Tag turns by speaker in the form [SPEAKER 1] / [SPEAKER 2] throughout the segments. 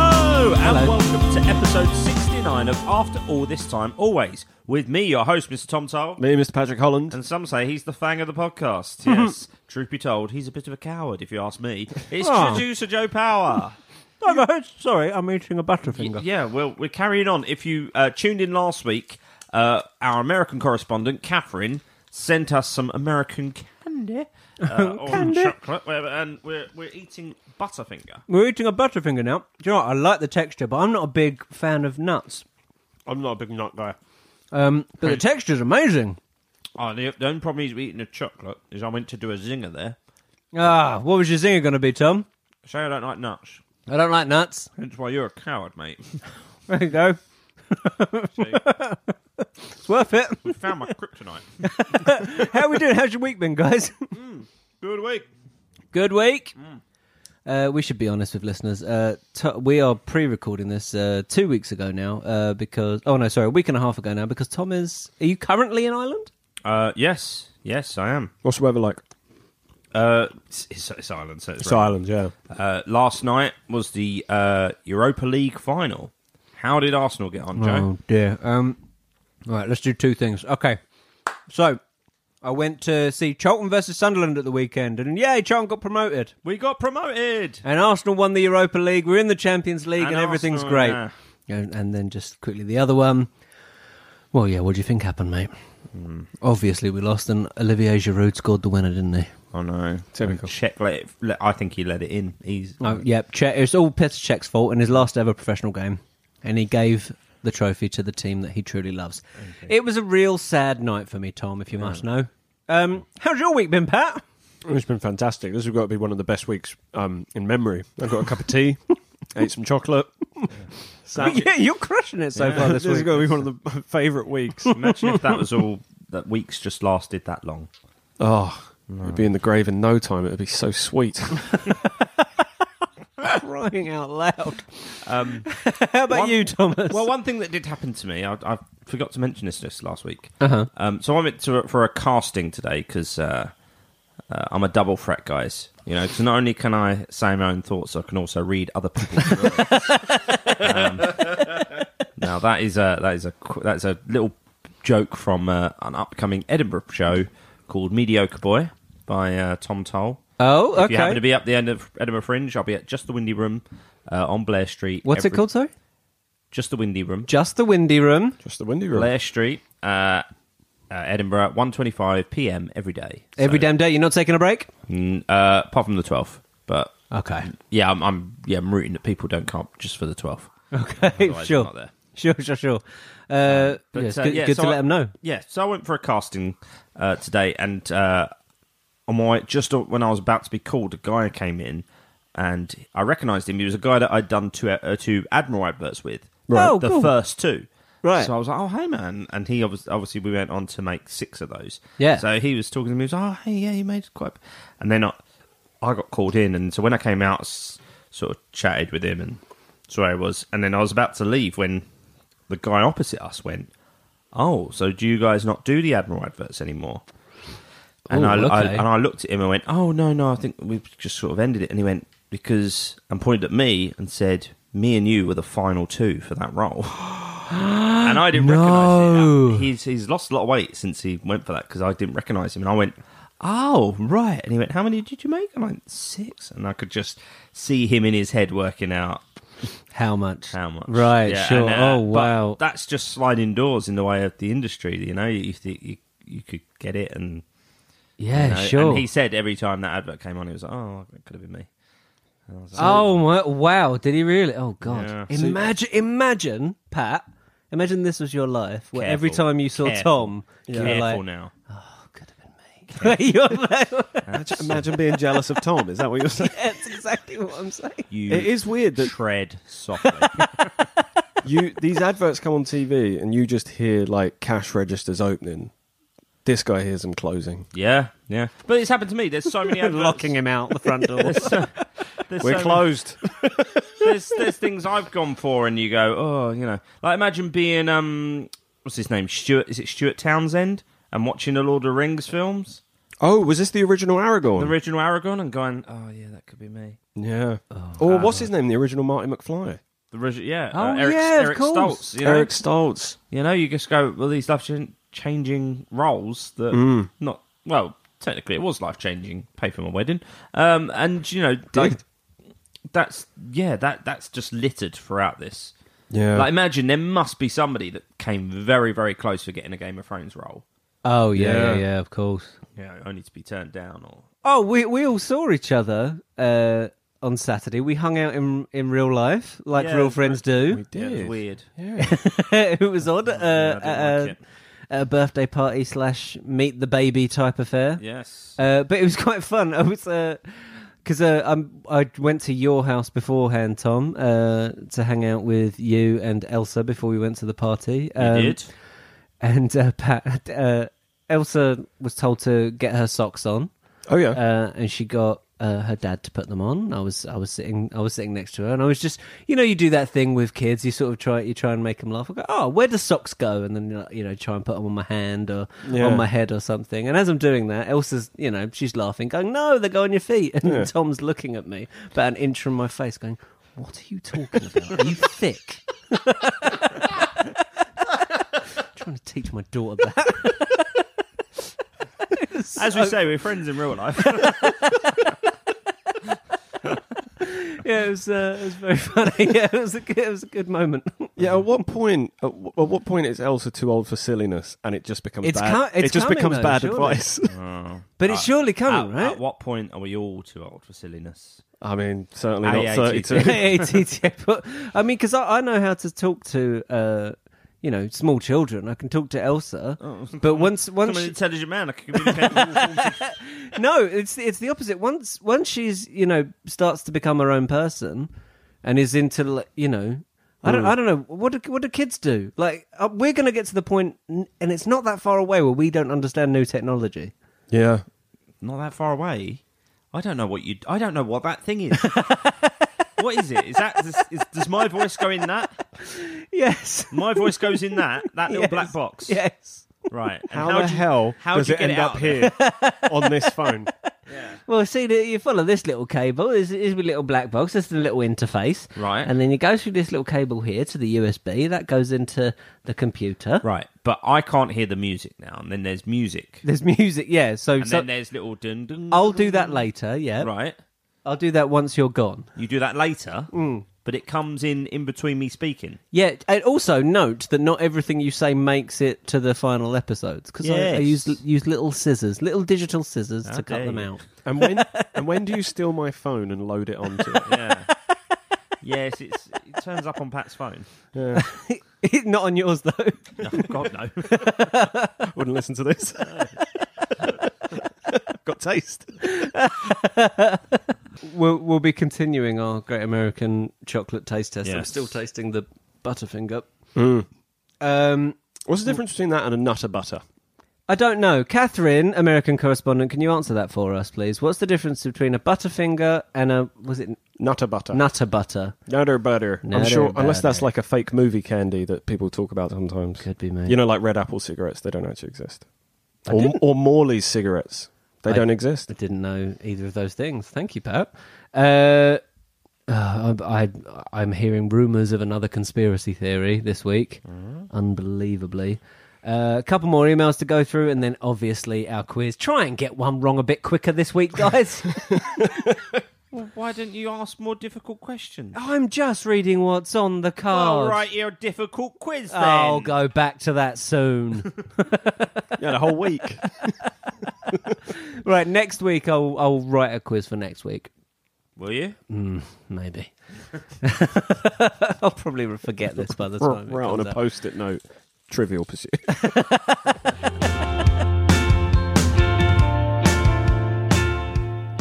[SPEAKER 1] Hello.
[SPEAKER 2] And welcome to episode 69 of After All This Time Always, with me, your host, Mr. Tom Toll.
[SPEAKER 1] Me, Mr. Patrick Holland.
[SPEAKER 2] And some say he's the fang of the podcast.
[SPEAKER 1] Hmm.
[SPEAKER 2] Yes, truth be told, he's a bit of a coward, if you ask me. It's
[SPEAKER 3] Oh.
[SPEAKER 1] Ah.
[SPEAKER 2] producer Joe Power.
[SPEAKER 3] Oh, no, it's- sorry, I'm eating a butterfinger.
[SPEAKER 2] yeah, well, we're carrying on. If you uh, tuned in last week, uh, our American correspondent, Catherine, sent us some American candy, uh, or
[SPEAKER 3] Candy.
[SPEAKER 2] chocolate, whatever, and we're, we're eating Butterfinger.
[SPEAKER 3] We're eating a butterfinger now. Do you know what? I like the texture, but I'm not a big fan of nuts.
[SPEAKER 1] I'm not a big nut guy.
[SPEAKER 3] Um, but the texture's amazing.
[SPEAKER 2] Oh, the, the only problem is with eating a chocolate is I went to do a zinger there.
[SPEAKER 3] Ah, what was your zinger going to be, Tom?
[SPEAKER 2] Say I don't like nuts.
[SPEAKER 3] I don't like nuts.
[SPEAKER 2] That's why you're a coward, mate.
[SPEAKER 3] There you go.
[SPEAKER 2] See,
[SPEAKER 3] It's worth it.
[SPEAKER 2] we found my kryptonite.
[SPEAKER 3] How we doing? How's your week been, guys?
[SPEAKER 2] Good week.
[SPEAKER 3] Good week.
[SPEAKER 1] Mm.
[SPEAKER 3] Uh, we should be honest with listeners. Uh, t- we are pre-recording this uh, two weeks ago now uh, because oh no, sorry, a week and a half ago now because Tom is. Are you currently in Ireland?
[SPEAKER 2] Uh, yes, yes, I am.
[SPEAKER 1] What's the weather like?
[SPEAKER 2] Uh, it's, it's, it's Ireland, so it's
[SPEAKER 1] It's
[SPEAKER 2] right.
[SPEAKER 1] Ireland, yeah.
[SPEAKER 2] Uh, last night was the uh, Europa League final. How did Arsenal get on, Joe?
[SPEAKER 3] Oh dear. Um, all right, let's do two things. Okay, so I went to see Charlton versus Sunderland at the weekend, and yay, Charlton got promoted,
[SPEAKER 2] We got promoted.
[SPEAKER 3] and Arsenal won the Europa League. We're in the Champions League, and,
[SPEAKER 2] And
[SPEAKER 3] everything's
[SPEAKER 2] Arsenal,
[SPEAKER 3] great.
[SPEAKER 2] yeah.
[SPEAKER 3] And, and then just quickly the other one. Well, yeah. What do you think happened, mate?
[SPEAKER 2] Hmm.
[SPEAKER 3] Obviously, we lost, and Olivier Giroud scored the winner, didn't he?
[SPEAKER 2] Oh no!
[SPEAKER 1] Typical.
[SPEAKER 2] Check. Let it, let, I think he let it in. He's
[SPEAKER 3] Oh, yep. Che- it's all Petr Cech's fault in his last ever professional game, and he gave the trophy to the team that he truly loves. It was a real sad night for me, Tom. If you must know. Um, how's your week been, Pat?
[SPEAKER 1] It's been fantastic. This has got to be one of the best weeks um, in memory. I got a cup of tea, ate some chocolate. Sat-
[SPEAKER 3] yeah, you're crushing it so far this
[SPEAKER 1] this has
[SPEAKER 3] week.
[SPEAKER 1] got to be one of the favourite weeks.
[SPEAKER 2] imagine if that was all that weeks just lasted that long.
[SPEAKER 1] oh, it'd be in the grave in no time. It'd be so sweet.
[SPEAKER 3] Crying out loud. How about
[SPEAKER 2] Um, one-
[SPEAKER 3] you, Thomas?
[SPEAKER 2] Well, one thing that did happen to me, I, I forgot to mention this just last week.
[SPEAKER 3] Uh-huh.
[SPEAKER 2] Um, so I went to for a casting today because uh, uh, I'm a double threat, guys. You know, because not only can I say my own thoughts, I can also read other people's thoughts. um, now that is a that is a qu- that is a little joke from uh, an upcoming Edinburgh show called Mediocre Boy by uh, Tom Toll.
[SPEAKER 3] oh,
[SPEAKER 2] If you happen
[SPEAKER 3] okay.
[SPEAKER 2] to be up the end of Edinburgh Fringe, I'll be at Just the Windy Room uh, on Blair Street.
[SPEAKER 3] What's it
[SPEAKER 2] every-
[SPEAKER 3] called? Sorry,
[SPEAKER 2] Just the Windy Room.
[SPEAKER 3] just the windy room.
[SPEAKER 1] Just the windy room.
[SPEAKER 2] Blair Street, uh, uh, Edinburgh, at 1.25 p.m. every day.
[SPEAKER 3] Every damn day. You're not taking a break.
[SPEAKER 2] Mm, uh, apart from the 12th. But,
[SPEAKER 3] Okay.
[SPEAKER 2] yeah, I'm, I'm, yeah, I'm rooting that people don't come just for the 12th.
[SPEAKER 3] Okay.
[SPEAKER 2] Otherwise, I'm
[SPEAKER 3] sure.
[SPEAKER 2] not there.
[SPEAKER 3] Sure. Sure. Sure. Uh,
[SPEAKER 2] But,
[SPEAKER 3] yeah, it's
[SPEAKER 2] uh,
[SPEAKER 3] good,
[SPEAKER 2] yeah,
[SPEAKER 3] good
[SPEAKER 2] so
[SPEAKER 3] to
[SPEAKER 2] I-
[SPEAKER 3] let them know.
[SPEAKER 2] Yeah, so I went for a casting uh, today, and uh, on my just when I was about to be called, a guy came in, and I recognised him. He was a guy that I'd done two uh, two Admiral adverts with,
[SPEAKER 3] Right. Oh,
[SPEAKER 2] the
[SPEAKER 3] cool.
[SPEAKER 2] first two.
[SPEAKER 3] Right.
[SPEAKER 2] So I was like, "Oh, hey, man!" And he obviously, obviously we went on to make six of those.
[SPEAKER 3] Yeah.
[SPEAKER 2] So he was talking to me. He was, "Oh, hey, yeah, you made quite." And then I, I got called in, and so when I came out, I s- sort of chatted with him, and so I was, and then I was about to leave when the guy opposite us went, "Oh, so do you guys not do the Admiral adverts anymore?" And
[SPEAKER 3] Ooh,
[SPEAKER 2] I, I
[SPEAKER 3] okay.
[SPEAKER 2] and I looked at him and went, "Oh no, no, I think we've just sort of ended it." And he went because and pointed at me and said, "Me and you were the final two for that role." and I didn't
[SPEAKER 3] No.
[SPEAKER 2] recognize him. He's he's lost a lot of weight since he went for that because I didn't recognize him. And I went, "Oh right." And he went, "How many did you make?" And I went, six. And I could just see him in his head working out
[SPEAKER 3] How much?
[SPEAKER 2] how much.
[SPEAKER 3] Right,
[SPEAKER 2] Yeah, and,
[SPEAKER 3] sure.
[SPEAKER 2] uh,
[SPEAKER 3] oh,
[SPEAKER 2] but
[SPEAKER 3] wow.
[SPEAKER 2] That's just sliding doors in the way of the industry. You know, you think you, you could get it, and
[SPEAKER 3] yeah,
[SPEAKER 2] you know,
[SPEAKER 3] sure.
[SPEAKER 2] And he said every time that advert came on, he was like, "Oh, it could have been me." And I was like,
[SPEAKER 3] oh, my, wow. Did he really? Oh, God.
[SPEAKER 2] Yeah.
[SPEAKER 3] Imagine, imagine, Pat, imagine this was your life where every
[SPEAKER 2] Careful.
[SPEAKER 3] time you saw
[SPEAKER 2] Careful.
[SPEAKER 3] Tom, you were
[SPEAKER 2] Careful
[SPEAKER 3] like,
[SPEAKER 2] now.
[SPEAKER 3] oh, could have been me. You're like,
[SPEAKER 1] Imagine, imagine being jealous of Tom. Is that what you're saying?
[SPEAKER 3] That's exactly what I'm saying.
[SPEAKER 2] You
[SPEAKER 1] It is weird that
[SPEAKER 2] tread softly.
[SPEAKER 1] you these adverts come on TV and you just hear like cash registers opening. This guy hears them closing.
[SPEAKER 2] yeah, yeah. But it's happened to me. There's so many adverts.
[SPEAKER 3] Locking him out the front door.
[SPEAKER 2] There's so
[SPEAKER 1] We're
[SPEAKER 2] many-
[SPEAKER 1] closed.
[SPEAKER 2] there's there's things I've gone for, and you go, oh, you know, like imagine being um, what's his name? Stuart? Is it Stuart Townsend? And watching the Lord of the Rings films,
[SPEAKER 1] oh, was this the original Aragorn?
[SPEAKER 2] the original Aragon, and going, oh yeah, that could be me.
[SPEAKER 1] yeah. or what's his name? The original Marty McFly.
[SPEAKER 2] The regi- yeah,
[SPEAKER 3] Oh,
[SPEAKER 2] uh, Eric,
[SPEAKER 3] yeah, of
[SPEAKER 2] Eric
[SPEAKER 3] course.
[SPEAKER 2] Stoltz. You know,
[SPEAKER 1] Eric Stoltz.
[SPEAKER 2] you know, you just go well. These life chan- changing roles that
[SPEAKER 3] Hmm.
[SPEAKER 2] not well. Technically, it was life changing. Pay for my wedding, um, and you know, like, that's yeah, that that's just littered throughout this.
[SPEAKER 1] Yeah.
[SPEAKER 2] Like, imagine there must be somebody that came very, very close for getting a Game of Thrones role.
[SPEAKER 3] Oh yeah, yeah,
[SPEAKER 1] Yeah.
[SPEAKER 3] yeah, of course.
[SPEAKER 2] Yeah, only to be turned down or
[SPEAKER 3] Oh, we we all saw each other uh, on Saturday. We hung out in in real life, like
[SPEAKER 2] Yeah,
[SPEAKER 3] real
[SPEAKER 2] that's
[SPEAKER 3] friends do.
[SPEAKER 2] Yeah, it was weird.
[SPEAKER 1] Yeah.
[SPEAKER 3] it was odd. Uh,
[SPEAKER 2] Yeah, Oh, I didn't
[SPEAKER 3] at a-
[SPEAKER 2] like it.
[SPEAKER 3] at a birthday party slash meet the baby type affair.
[SPEAKER 2] Yes.
[SPEAKER 3] Uh, but it was quite fun. I was because uh, I'm- I went to your house beforehand, Tom, uh, to hang out with you and Elsa before we went to the party.
[SPEAKER 2] you
[SPEAKER 3] Um,
[SPEAKER 2] did.
[SPEAKER 3] And uh, Pat, uh, Elsa was told to get her socks on,
[SPEAKER 1] Oh yeah.
[SPEAKER 3] uh, and she got. Uh, her dad to put them on. I was I was sitting I was sitting next to her, and I was just you know you do that thing with kids. You sort of try you try and make them laugh. I go, oh, where do socks go? And then you know, you know try and put them on my hand or
[SPEAKER 1] Yeah.
[SPEAKER 3] on my head or something. And as I'm doing that, Elsa's you know she's laughing, going, no, they go on your feet. And
[SPEAKER 1] Yeah.
[SPEAKER 3] Tom's looking at me about an inch from my face, going, what are you talking about? Are you thick? trying to teach my daughter that.
[SPEAKER 2] As we say, we're friends in real life.
[SPEAKER 3] Yeah, it was uh, it was very funny. Yeah, it was a good, it was a good moment.
[SPEAKER 1] yeah. At what point? At, w- at what point is Elsa too old for silliness, and it just becomes
[SPEAKER 3] It's
[SPEAKER 1] bad?
[SPEAKER 3] co- it's
[SPEAKER 1] it just
[SPEAKER 3] coming,
[SPEAKER 1] becomes
[SPEAKER 3] though,
[SPEAKER 1] bad
[SPEAKER 3] surely.
[SPEAKER 1] advice.
[SPEAKER 3] But it's surely coming,
[SPEAKER 2] at,
[SPEAKER 3] right?
[SPEAKER 2] at Uh, what point are we all too old for silliness?
[SPEAKER 1] I mean, certainly not
[SPEAKER 2] AATT.
[SPEAKER 1] thirty-two.
[SPEAKER 3] ATT, but I mean, because I, I know how to talk to, uh, you know, small children. I can talk to Elsa,
[SPEAKER 2] Oh.
[SPEAKER 3] but once
[SPEAKER 2] I'm
[SPEAKER 3] once
[SPEAKER 2] an
[SPEAKER 3] she,
[SPEAKER 2] intelligent man. I can communicate with all forms of
[SPEAKER 3] no, it's it's the opposite. Once once she's you know starts to become her own person, and is into like, you know. I
[SPEAKER 2] Mm.
[SPEAKER 3] don't, I don't know what do, what do kids do like uh, we're going to get to the point n- and it's not that far away where we don't understand new technology
[SPEAKER 1] yeah.
[SPEAKER 2] not that far away. I don't know what you. I don't know what that thing is. what is it? Is that? Is, is, does my voice go in that?
[SPEAKER 3] yes
[SPEAKER 2] My voice goes in that. That little
[SPEAKER 3] Yes.
[SPEAKER 2] black box.
[SPEAKER 3] yes
[SPEAKER 2] Right. And
[SPEAKER 1] How, the
[SPEAKER 2] do you-
[SPEAKER 1] hell
[SPEAKER 2] how
[SPEAKER 1] does
[SPEAKER 2] do you
[SPEAKER 1] it
[SPEAKER 2] get
[SPEAKER 1] end
[SPEAKER 2] it out
[SPEAKER 1] up
[SPEAKER 2] there?
[SPEAKER 1] here on this phone?
[SPEAKER 3] Well, see, that you follow this little cable. This is a little black box. This is the little interface.
[SPEAKER 2] Right.
[SPEAKER 3] And then you go through this little cable here to the USB. That goes into the computer.
[SPEAKER 2] Right. But I can't hear the music now. And then there's music.
[SPEAKER 3] There's music. Yeah. So,
[SPEAKER 2] And
[SPEAKER 3] so
[SPEAKER 2] then there's little dun dun.
[SPEAKER 3] I'll do that later. Yeah.
[SPEAKER 2] Right.
[SPEAKER 3] I'll do that once you're gone.
[SPEAKER 2] You do that later.
[SPEAKER 1] Mm.
[SPEAKER 2] But it comes in in between me speaking.
[SPEAKER 3] Yeah. And also note that not everything you say makes it to the final episodes because I, I
[SPEAKER 2] Yes.
[SPEAKER 3] use use little scissors, little digital scissors to cut
[SPEAKER 2] dare
[SPEAKER 3] them
[SPEAKER 2] you.
[SPEAKER 3] out.
[SPEAKER 1] And when and when do you steal my phone and load it onto it?
[SPEAKER 2] Yeah. yes. It's, it turns up on Pat's phone.
[SPEAKER 1] Yeah.
[SPEAKER 3] not on yours though.
[SPEAKER 2] No, God no.
[SPEAKER 1] Wouldn't listen to this. Got taste.
[SPEAKER 3] We'll we'll be continuing our Great American Chocolate Taste Test. I'm
[SPEAKER 2] Yes.
[SPEAKER 3] still tasting the Butterfinger. Um.
[SPEAKER 1] What's the difference between that and a nutter butter?
[SPEAKER 3] I don't know. Catherine, American correspondent, can you answer that for us, please? What's the difference between a Butterfinger and a, was it
[SPEAKER 1] Nutter butter.
[SPEAKER 3] Nutter Butter?
[SPEAKER 1] Nutter butter. I'm
[SPEAKER 3] Nutter
[SPEAKER 1] sure, unless that's
[SPEAKER 3] butter.
[SPEAKER 1] like a fake movie candy that people talk about sometimes.
[SPEAKER 3] Could be, mate.
[SPEAKER 1] You know, like red apple cigarettes, they don't actually exist.
[SPEAKER 3] I
[SPEAKER 1] Or,
[SPEAKER 3] didn't-
[SPEAKER 1] or Morley's cigarettes, they
[SPEAKER 3] I-
[SPEAKER 1] don't
[SPEAKER 3] I
[SPEAKER 1] exist.
[SPEAKER 3] didn't know either of those things. Thank you, Pat. Uh, uh, I, I, I'm hearing rumours of another conspiracy theory this week,
[SPEAKER 2] Mm-hmm.
[SPEAKER 3] unbelievably. Uh, a couple more emails to go through, and then obviously our quiz. Try and get one wrong a bit quicker this week, guys.
[SPEAKER 2] well, why didn't you ask more difficult questions?
[SPEAKER 3] I'm just reading what's on the
[SPEAKER 2] All
[SPEAKER 3] card.
[SPEAKER 2] right, you're a difficult quiz then.
[SPEAKER 3] I'll go back to that soon.
[SPEAKER 1] yeah, the whole week.
[SPEAKER 3] Right, next week I'll I'll write a quiz for next week. Hmm,
[SPEAKER 2] Will you?
[SPEAKER 3] Maybe. I'll probably forget this by the time. it
[SPEAKER 1] right on
[SPEAKER 3] comes
[SPEAKER 1] a
[SPEAKER 3] out.
[SPEAKER 1] post it note. Trivial pursuit.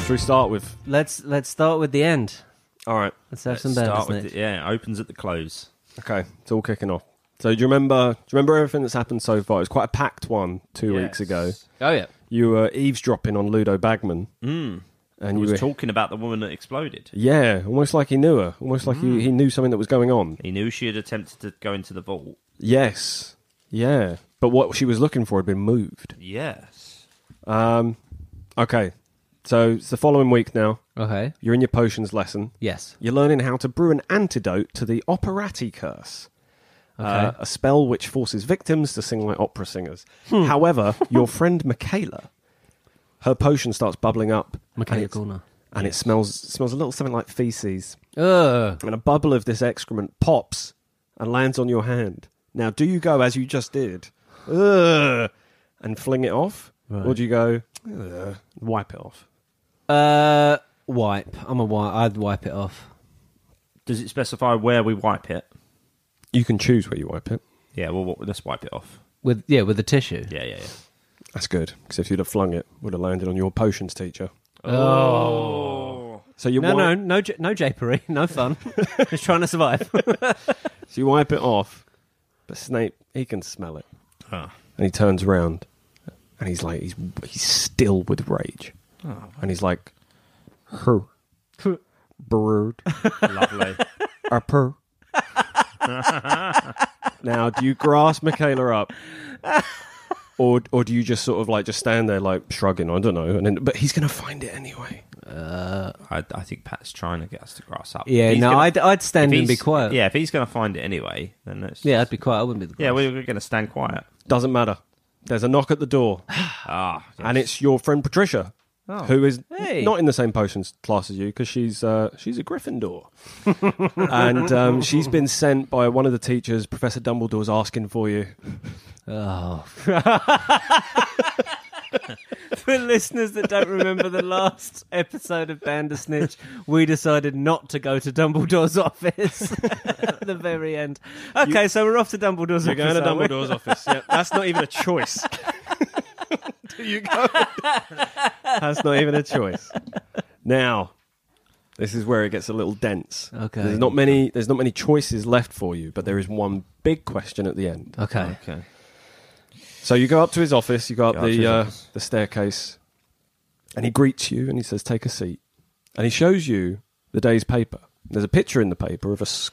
[SPEAKER 1] Should we start with?
[SPEAKER 3] Let's let's start with the end.
[SPEAKER 1] All right.
[SPEAKER 3] Let's have some
[SPEAKER 2] Let's
[SPEAKER 3] bells.
[SPEAKER 2] start with
[SPEAKER 3] Nick.
[SPEAKER 2] the- yeah, opens at the close.
[SPEAKER 1] Okay, it's all kicking off. So do you remember? Do you remember everything that's happened so far? It was quite a packed one two
[SPEAKER 2] Yes.
[SPEAKER 1] weeks ago.
[SPEAKER 3] Oh yeah.
[SPEAKER 1] You were eavesdropping on Ludo Bagman,
[SPEAKER 2] Hmm. He
[SPEAKER 1] and you
[SPEAKER 2] was
[SPEAKER 1] were
[SPEAKER 2] talking about the woman that exploded.
[SPEAKER 1] yeah, almost like he knew her, almost like
[SPEAKER 2] Hmm.
[SPEAKER 1] he, he knew something that was going on.
[SPEAKER 2] He knew she had attempted to go into the vault.
[SPEAKER 1] Yes, yeah, but what she was looking for had been moved.
[SPEAKER 2] Yes.
[SPEAKER 1] Um, okay, So it's the following week now.
[SPEAKER 3] Okay.
[SPEAKER 1] You're in your potions lesson.
[SPEAKER 3] Yes.
[SPEAKER 1] You're learning how to brew an antidote to the operati curse. Uh, a spell which forces victims to sing like opera singers.
[SPEAKER 2] Hmm.
[SPEAKER 1] However, your friend Michaela, her potion starts bubbling up,
[SPEAKER 3] Michaela
[SPEAKER 1] and, it's-
[SPEAKER 3] Corner.
[SPEAKER 1] and it smells smells a little something like feces.
[SPEAKER 3] Ugh.
[SPEAKER 1] And a bubble of this excrement pops and lands on your hand. Now, do you go as you just did, Ugh, and fling it off, or
[SPEAKER 3] Right.
[SPEAKER 1] do you go Ugh, wipe it off?
[SPEAKER 3] Uh, wipe. I'm a wipe. I'd wipe it off.
[SPEAKER 2] Does it specify where we wipe it?
[SPEAKER 1] You can choose where you wipe it.
[SPEAKER 2] Yeah, well, what- let's wipe it off.
[SPEAKER 3] With yeah, with the tissue.
[SPEAKER 2] Yeah, yeah, yeah.
[SPEAKER 1] That's good because if you'd have flung it, would have landed on your potions teacher.
[SPEAKER 2] Oh.
[SPEAKER 1] So you
[SPEAKER 3] No,
[SPEAKER 1] wipe,
[SPEAKER 3] no, no, j- no japery, no fun. Just trying to survive.
[SPEAKER 1] So you wipe it off, but Snape he can smell it, and he turns round, and he's like he's he's still with rage, and he's like, "Her, brood,
[SPEAKER 2] Lovely.
[SPEAKER 1] a purr." now, do you grasp Michaela up, or or do you just sort of like just stand there like shrugging? I don't know. And then, but he's gonna find it anyway.
[SPEAKER 2] I, I think Pat's trying to get us to grass up.
[SPEAKER 3] yeah,
[SPEAKER 2] He's
[SPEAKER 3] no,
[SPEAKER 2] gonna-
[SPEAKER 3] I'd, I'd stand
[SPEAKER 2] if
[SPEAKER 3] and be
[SPEAKER 2] he's-
[SPEAKER 3] quiet.
[SPEAKER 2] Yeah, if he's going to find it anyway, then it's
[SPEAKER 3] yeah, I'd be quiet. I wouldn't be the.
[SPEAKER 2] yeah, we're going to stand quiet.
[SPEAKER 1] Doesn't matter. There's a knock at the door,
[SPEAKER 2] Ah, yes.
[SPEAKER 1] and it's your friend Patricia,
[SPEAKER 2] Oh.
[SPEAKER 1] who is
[SPEAKER 3] Hey.
[SPEAKER 1] not in the same potions class as you because she's uh, she's a Gryffindor, and um, she's been sent by one of the teachers. Professor Dumbledore's asking for you.
[SPEAKER 3] Oh. For listeners that don't remember the last episode of Bandersnitch, we decided not to go to Dumbledore's office at the very end. Okay, so we're off to Dumbledore's office. aren't we?
[SPEAKER 1] office. Yeah, that's not even a choice. Do you go? that's not even a choice. Now, this is where it gets a little dense.
[SPEAKER 3] Okay.
[SPEAKER 1] There's not many. There's not many choices left for you, but there is one big question at the end.
[SPEAKER 3] Okay.
[SPEAKER 2] okay.
[SPEAKER 1] So you go up to his office, you go up
[SPEAKER 2] Go up to
[SPEAKER 1] the
[SPEAKER 2] his
[SPEAKER 1] uh,
[SPEAKER 2] office.
[SPEAKER 1] the staircase, and he greets you and he says, "Take a seat," and he shows you the day's paper. There's a picture in the paper of a s-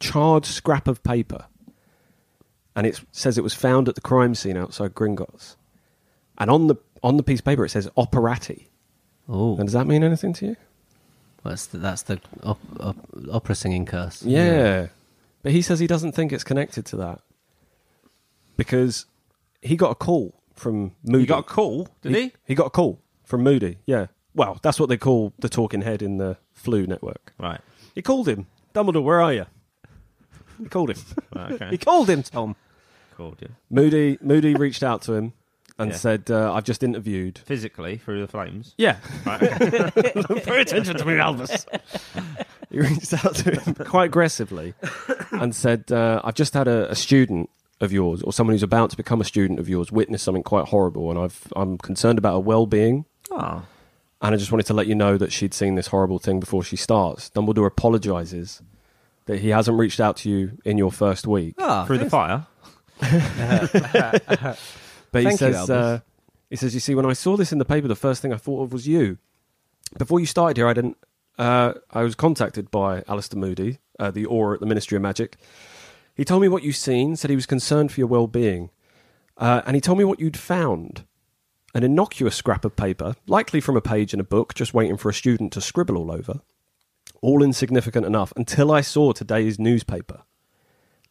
[SPEAKER 1] charred scrap of paper, and it says it was found at the crime scene outside Gringotts, and on the on the piece of paper it says operati.
[SPEAKER 3] Oh,
[SPEAKER 1] And does that mean anything to you?
[SPEAKER 3] that's the, that's the op, op, opera singing curse.
[SPEAKER 1] Yeah. But he says he doesn't think it's connected to that because he got a call from Moody.
[SPEAKER 2] He got a call, did he?
[SPEAKER 1] He got a call from Moody. Yeah. Well, that's what they call the talking head in the flu network.
[SPEAKER 2] Right.
[SPEAKER 1] He called him. Dumbledore, where are you? He called him.
[SPEAKER 2] Right,
[SPEAKER 3] He
[SPEAKER 2] Okay.
[SPEAKER 3] called him Tom.
[SPEAKER 2] Called you.
[SPEAKER 1] Moody Moody reached out to him and
[SPEAKER 2] Yeah.
[SPEAKER 1] said, uh, "I've just interviewed."
[SPEAKER 2] Physically through the flames.
[SPEAKER 1] Yeah.
[SPEAKER 2] Right, okay.
[SPEAKER 1] Pay attention to me, Albus. he reached out to him quite aggressively and said, uh, I've just had a, a student of yours or someone who's about to become a student of yours witness something quite horrible and I've, I'm concerned about her well-being
[SPEAKER 2] Ah.
[SPEAKER 1] and I just wanted to let you know that she'd seen this horrible thing before she starts. Dumbledore apologises that he hasn't reached out to you in your first week.
[SPEAKER 3] Ah,
[SPEAKER 2] through the fire.
[SPEAKER 1] But he
[SPEAKER 3] Thank you,
[SPEAKER 1] says,
[SPEAKER 3] Albus.
[SPEAKER 1] uh, he says, you see, when I saw this in the paper, the first thing I thought of was you. Before you started here, I didn't. Uh, I was contacted by Alistair Moody, uh, the Aura at the Ministry of Magic. He told me what you've seen, said he was concerned for your well-being, uh, and he told me what you'd found. An innocuous scrap of paper, likely from a page in a book, just waiting for a student to scribble all over. All insignificant enough until I saw today's newspaper.